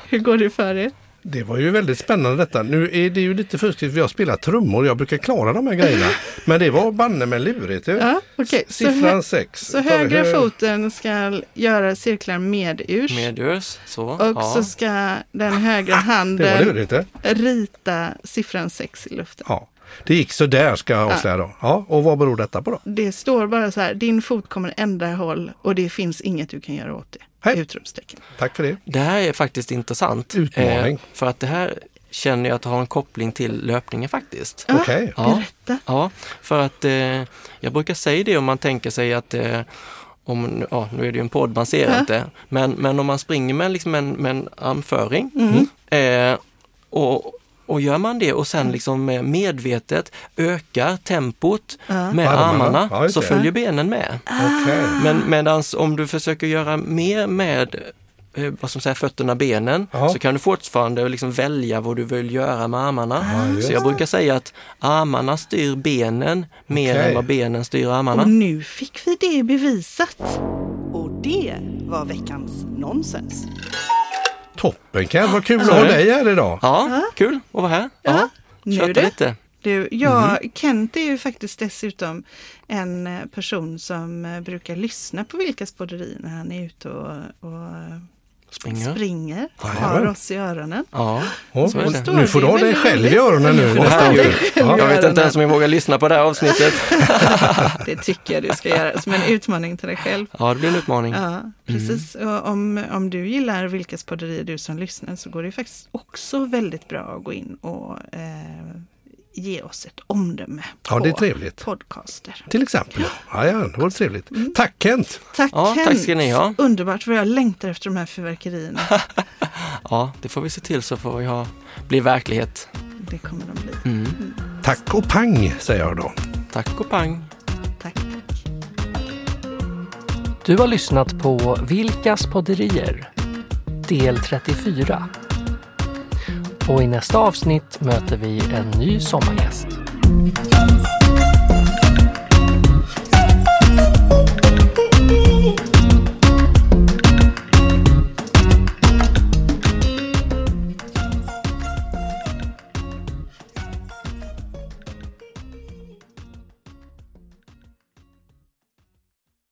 Speaker 1: hur går det för er?
Speaker 2: Det var ju väldigt spännande detta. Nu är det ju lite fuskigt för jag spelar trummor. Jag brukar klara de här grejerna. Men det var banne med lurigt. ju.
Speaker 1: Ja, okej.
Speaker 2: S-
Speaker 1: Så hö-
Speaker 2: Siffran 6.
Speaker 1: Så högra foten ska göra cirklar medurs.
Speaker 3: Medurs, så.
Speaker 1: Och
Speaker 3: ja.
Speaker 1: så ska den högra
Speaker 2: Det var
Speaker 1: handen
Speaker 2: lurigt. Det.
Speaker 1: rita siffran 6 i luften.
Speaker 2: Ja. Det gick så där ska jag avslöja då. Ja, och vad beror detta på då?
Speaker 1: Det står bara så här, din fot kommer ändra håll och det finns inget du kan göra åt det.
Speaker 2: Hej.
Speaker 1: Utropstecken.
Speaker 2: Tack för det.
Speaker 3: Det här är faktiskt intressant. Eh,
Speaker 2: Utmaning.
Speaker 3: för att det här känner jag att har en koppling till löpningen faktiskt.
Speaker 1: Ja.
Speaker 2: Okej.
Speaker 3: Ja.
Speaker 1: Berätta.
Speaker 3: Ja, för att eh, jag brukar säga det om man tänker sig att eh, om, ja, nu är det ju en podd, man ser inte, men, men om man springer med, liksom en, med en armföring eh, och, och gör man det och sen liksom eh, medvetet ökar tempot med
Speaker 2: Armarna.
Speaker 3: armarna
Speaker 2: Ja, just
Speaker 3: så
Speaker 2: det.
Speaker 3: följer benen med.
Speaker 1: Ah.
Speaker 2: Okej.
Speaker 3: Men medans om du försöker göra mer med eh, vad som säger, fötterna, benen,
Speaker 2: Ja.
Speaker 3: så kan du fortfarande liksom välja vad du vill göra med armarna.
Speaker 2: just
Speaker 3: så jag brukar säga att armarna styr benen mer
Speaker 2: Okej.
Speaker 3: än vad benen styr armarna.
Speaker 1: Och nu fick vi det bevisat.
Speaker 5: Och det var veckans nonsens.
Speaker 2: Toppen Ken, vad kul att ha dig här idag.
Speaker 3: Ja, kul att vara här. Ja.
Speaker 1: Nu
Speaker 3: Köta
Speaker 1: du.
Speaker 3: lite. Mhm.
Speaker 1: Du, jag, Kent är ju faktiskt dessutom en eh, person som eh, brukar lyssna på Vilkas podderi när han är ute och, och eh,
Speaker 3: Springer.
Speaker 1: springer. Har
Speaker 2: Jajamän.
Speaker 1: oss i öronen.
Speaker 3: Ja.
Speaker 2: Och,
Speaker 3: så är det.
Speaker 2: och nu får du ha
Speaker 1: Det är
Speaker 2: dig
Speaker 1: väldigt
Speaker 2: själv i
Speaker 1: roligt.
Speaker 2: öronen nu
Speaker 1: Du får
Speaker 3: Åh,
Speaker 2: nästa
Speaker 1: ha dig
Speaker 2: jul.
Speaker 1: själv i
Speaker 2: Ja.
Speaker 3: Jag vet inte
Speaker 1: öronen.
Speaker 3: ens om jag vågar lyssna på det här avsnittet.
Speaker 1: Det tycker jag du ska göra som en utmaning till dig själv.
Speaker 3: Ja, det blir en utmaning.
Speaker 2: Mm.
Speaker 1: Ja, precis. Och om, om du gillar Vilkas podderier du som lyssnar så går det ju faktiskt också väldigt bra att gå in och eh, ge oss ett omdöme
Speaker 2: Ja, det är
Speaker 1: på
Speaker 2: trevligt.
Speaker 1: podcaster.
Speaker 2: Till exempel. Ja, ja, det var trevligt. Tack Kent!
Speaker 1: Tack
Speaker 3: Ja,
Speaker 1: Kent!
Speaker 3: tack ska ni ha.
Speaker 1: Underbart vad jag längtar efter de här fyrverkerierna.
Speaker 3: Ja, det får vi se till så får vi ha, bli verklighet.
Speaker 1: Det kommer de bli.
Speaker 2: Mm. Tack och pang säger jag då.
Speaker 3: Tack och pang!
Speaker 1: Tack, tack.
Speaker 6: Du har lyssnat på Vilkas podderier, del 34. Och i nästa avsnitt möter vi en ny sommargäst.